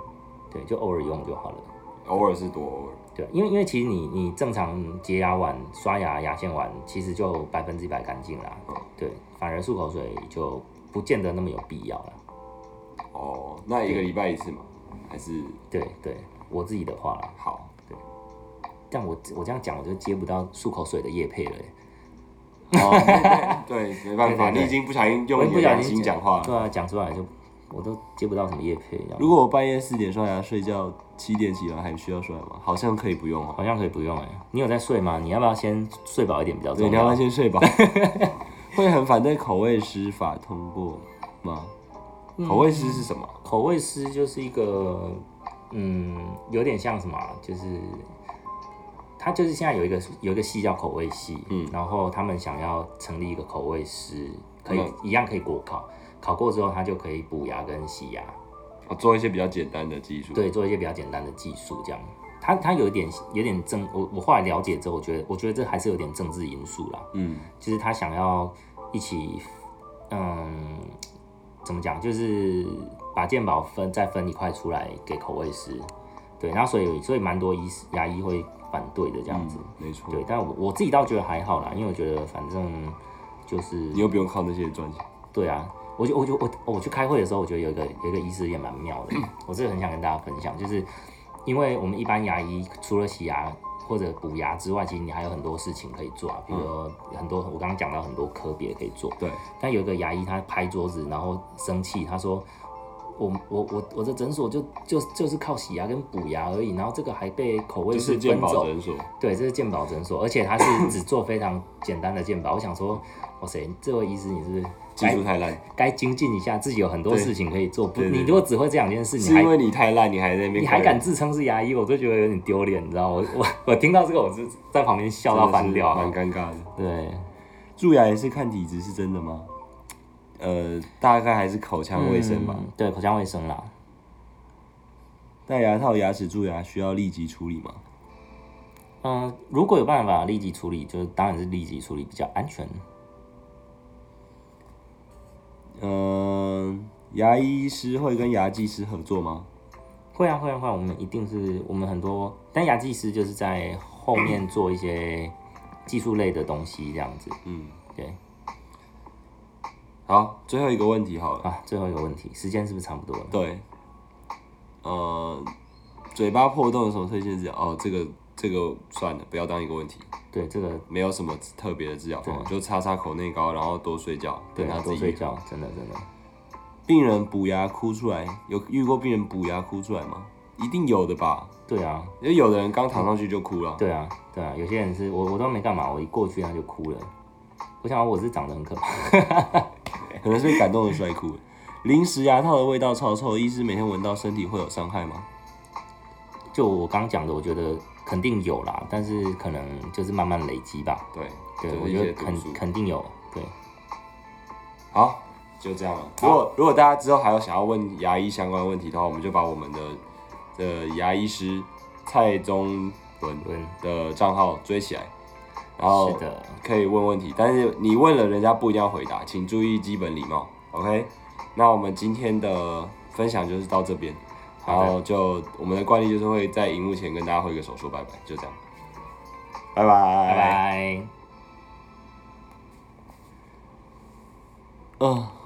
Speaker 2: 对，就偶尔用就好了。
Speaker 1: 偶尔是多偶尔。
Speaker 2: 对，啊因为因为其实你你正常洁牙完、刷牙、牙线完，其实就百分之一百干净啦。对，反而漱口水就不见得那么有必要了。
Speaker 1: 哦，那一个礼拜一次吗？还是
Speaker 2: 对对，我自己的话啦，
Speaker 1: 好？
Speaker 2: 但我我这样讲我就接不到漱口水的叶配了、欸。
Speaker 1: 哦，对，对没办法，
Speaker 2: 对对对
Speaker 1: 你已经不小心
Speaker 2: 我
Speaker 1: 用
Speaker 2: 也
Speaker 1: 你
Speaker 2: 不
Speaker 1: 的
Speaker 2: 小
Speaker 1: 良
Speaker 2: 心
Speaker 1: 心讲话了。
Speaker 2: 对啊，讲出来就我都接不到什么叶配，这样
Speaker 1: 如果我半夜四点刷牙睡觉，七点起来还需要刷牙吗？好像可以不用哦。
Speaker 2: 好像可以不用哎、你有在睡吗？你要不要先睡饱一点比较
Speaker 1: 对，
Speaker 2: 重
Speaker 1: 你要不
Speaker 2: 要
Speaker 1: 要？先睡吧。 会很反对口味师法通过吗？
Speaker 2: 嗯
Speaker 1: 口味师是什么？
Speaker 2: 口味师就是一个，嗯，有点像什么啊，就是他就是现在有一个有一个系叫口味系，
Speaker 1: 嗯
Speaker 2: 然后他们想要成立一个口味师，可以、
Speaker 1: 嗯
Speaker 2: 一样可以国考，考过之后他就可以补牙跟洗牙，
Speaker 1: 我哦做一些比较简单的技术。
Speaker 2: 对，做一些比较简单的技术这样。他他有一点有点政，我我后来了解之后，我觉得我觉得这还是有点政治因素啦，
Speaker 1: 嗯，
Speaker 2: 就是他想要一起，嗯，怎么讲，就是把健保分再分一块出来给口味师，对，然后所以所以蛮多医师牙医会反对的这样子，
Speaker 1: 嗯，没错。
Speaker 2: 对，但我我自己倒觉得还好啦，因为我觉得反正就是
Speaker 1: 你又不用靠那些赚钱。
Speaker 2: 对啊，我就我就我我去开会的时候，我觉得有一个有一个医师也蛮妙的，我这个很想跟大家分享，就是因为我们一般牙医除了洗牙或者补牙之外，其实你还有很多事情可以做啊，
Speaker 1: 嗯
Speaker 2: 比如说很多我刚刚讲到很多科别可以做，
Speaker 1: 对，
Speaker 2: 但有一个牙医他拍桌子，然后生气，他说。我我我我的诊所就就就是靠洗牙跟补牙而已，然后这个还被口味
Speaker 1: 就是是
Speaker 2: 分
Speaker 1: 健
Speaker 2: 走
Speaker 1: 保，诊所。
Speaker 2: 对，这是鉴宝诊所，而且他是只做非常简单的鉴宝。我想说，哇塞，这位医师你是不是
Speaker 1: 技
Speaker 2: 该
Speaker 1: 术太烂，
Speaker 2: 该精进一下，自己有很多
Speaker 1: 对
Speaker 2: 事情可以做。不，
Speaker 1: 对对
Speaker 2: 你
Speaker 1: 对
Speaker 2: 如果只会这两件事，你
Speaker 1: 是因
Speaker 2: 还
Speaker 1: 为你太烂，你还在那边，
Speaker 2: 你还敢自称是牙医，我都觉得有点丢脸，你知道吗？我我 我听到这个，我是在旁边笑到翻掉啊
Speaker 1: 蛮。尴尬的。
Speaker 2: 对，
Speaker 1: 蛀牙也是看体质是真的吗？呃，大概还是口腔卫生吧。
Speaker 2: 嗯对，口腔卫生啦。
Speaker 1: 戴牙套、牙齿蛀牙需要立即处理吗？
Speaker 2: 嗯、如果有办法立即处理，就是当然是立即处理比较安全。
Speaker 1: 嗯、牙医师会跟牙技师合作吗？
Speaker 2: 会啊，会啊，会啊！我们一定是我们很多，但牙技师就是在后面做一些技术类的东西，这样子。
Speaker 1: 嗯，
Speaker 2: 对
Speaker 1: 好，最后一个问题好了。
Speaker 2: 啊，最后一个问题，时间是不是差不多了？
Speaker 1: 对，呃，嘴巴破洞有什么推荐治疗？哦，这个这个算了，不要当一个问题，
Speaker 2: 对，这个
Speaker 1: 没有什么特别的治疗方法，就擦擦口内膏，然后多睡觉，
Speaker 2: 对
Speaker 1: 等它
Speaker 2: 啊，
Speaker 1: 自
Speaker 2: 多
Speaker 1: 己
Speaker 2: 睡觉，真的真的。
Speaker 1: 病人补牙哭出来，有遇过病人补牙哭出来吗？一定有的吧，
Speaker 2: 对啊，
Speaker 1: 因为有的人刚躺上去就哭了。
Speaker 2: 对啊，对啊，有些人是我我都没干嘛，我一过去他就哭了。我想我是长得很可怕，
Speaker 1: 可能是被感动的摔哭了。临时牙套的味道超臭，医师每天闻到身体会有伤害吗？
Speaker 2: 就我刚讲的，我觉得肯定有啦，但是可能就是慢慢累积吧。
Speaker 1: 对，
Speaker 2: 对，
Speaker 1: 就是
Speaker 2: 我
Speaker 1: 一
Speaker 2: 觉
Speaker 1: 些
Speaker 2: 得
Speaker 1: 读书
Speaker 2: 肯肯定有。对，
Speaker 1: 好，就这样了。如果如果大家之后还有想要问牙医相关的问题的话，我们就把我们的的牙医师蔡宗伦
Speaker 2: 嗯，
Speaker 1: 的账号追起来，然后
Speaker 2: 是的，
Speaker 1: 可以问问题，但是你问了人家不一定要回答，请注意基本礼貌。OK，那我们今天的分享就是到这边，然
Speaker 2: 好的
Speaker 1: 后就我们的惯例就是会在荧幕前跟大家挥个手说拜拜，就这样，拜拜
Speaker 2: 拜拜。
Speaker 1: 嗯。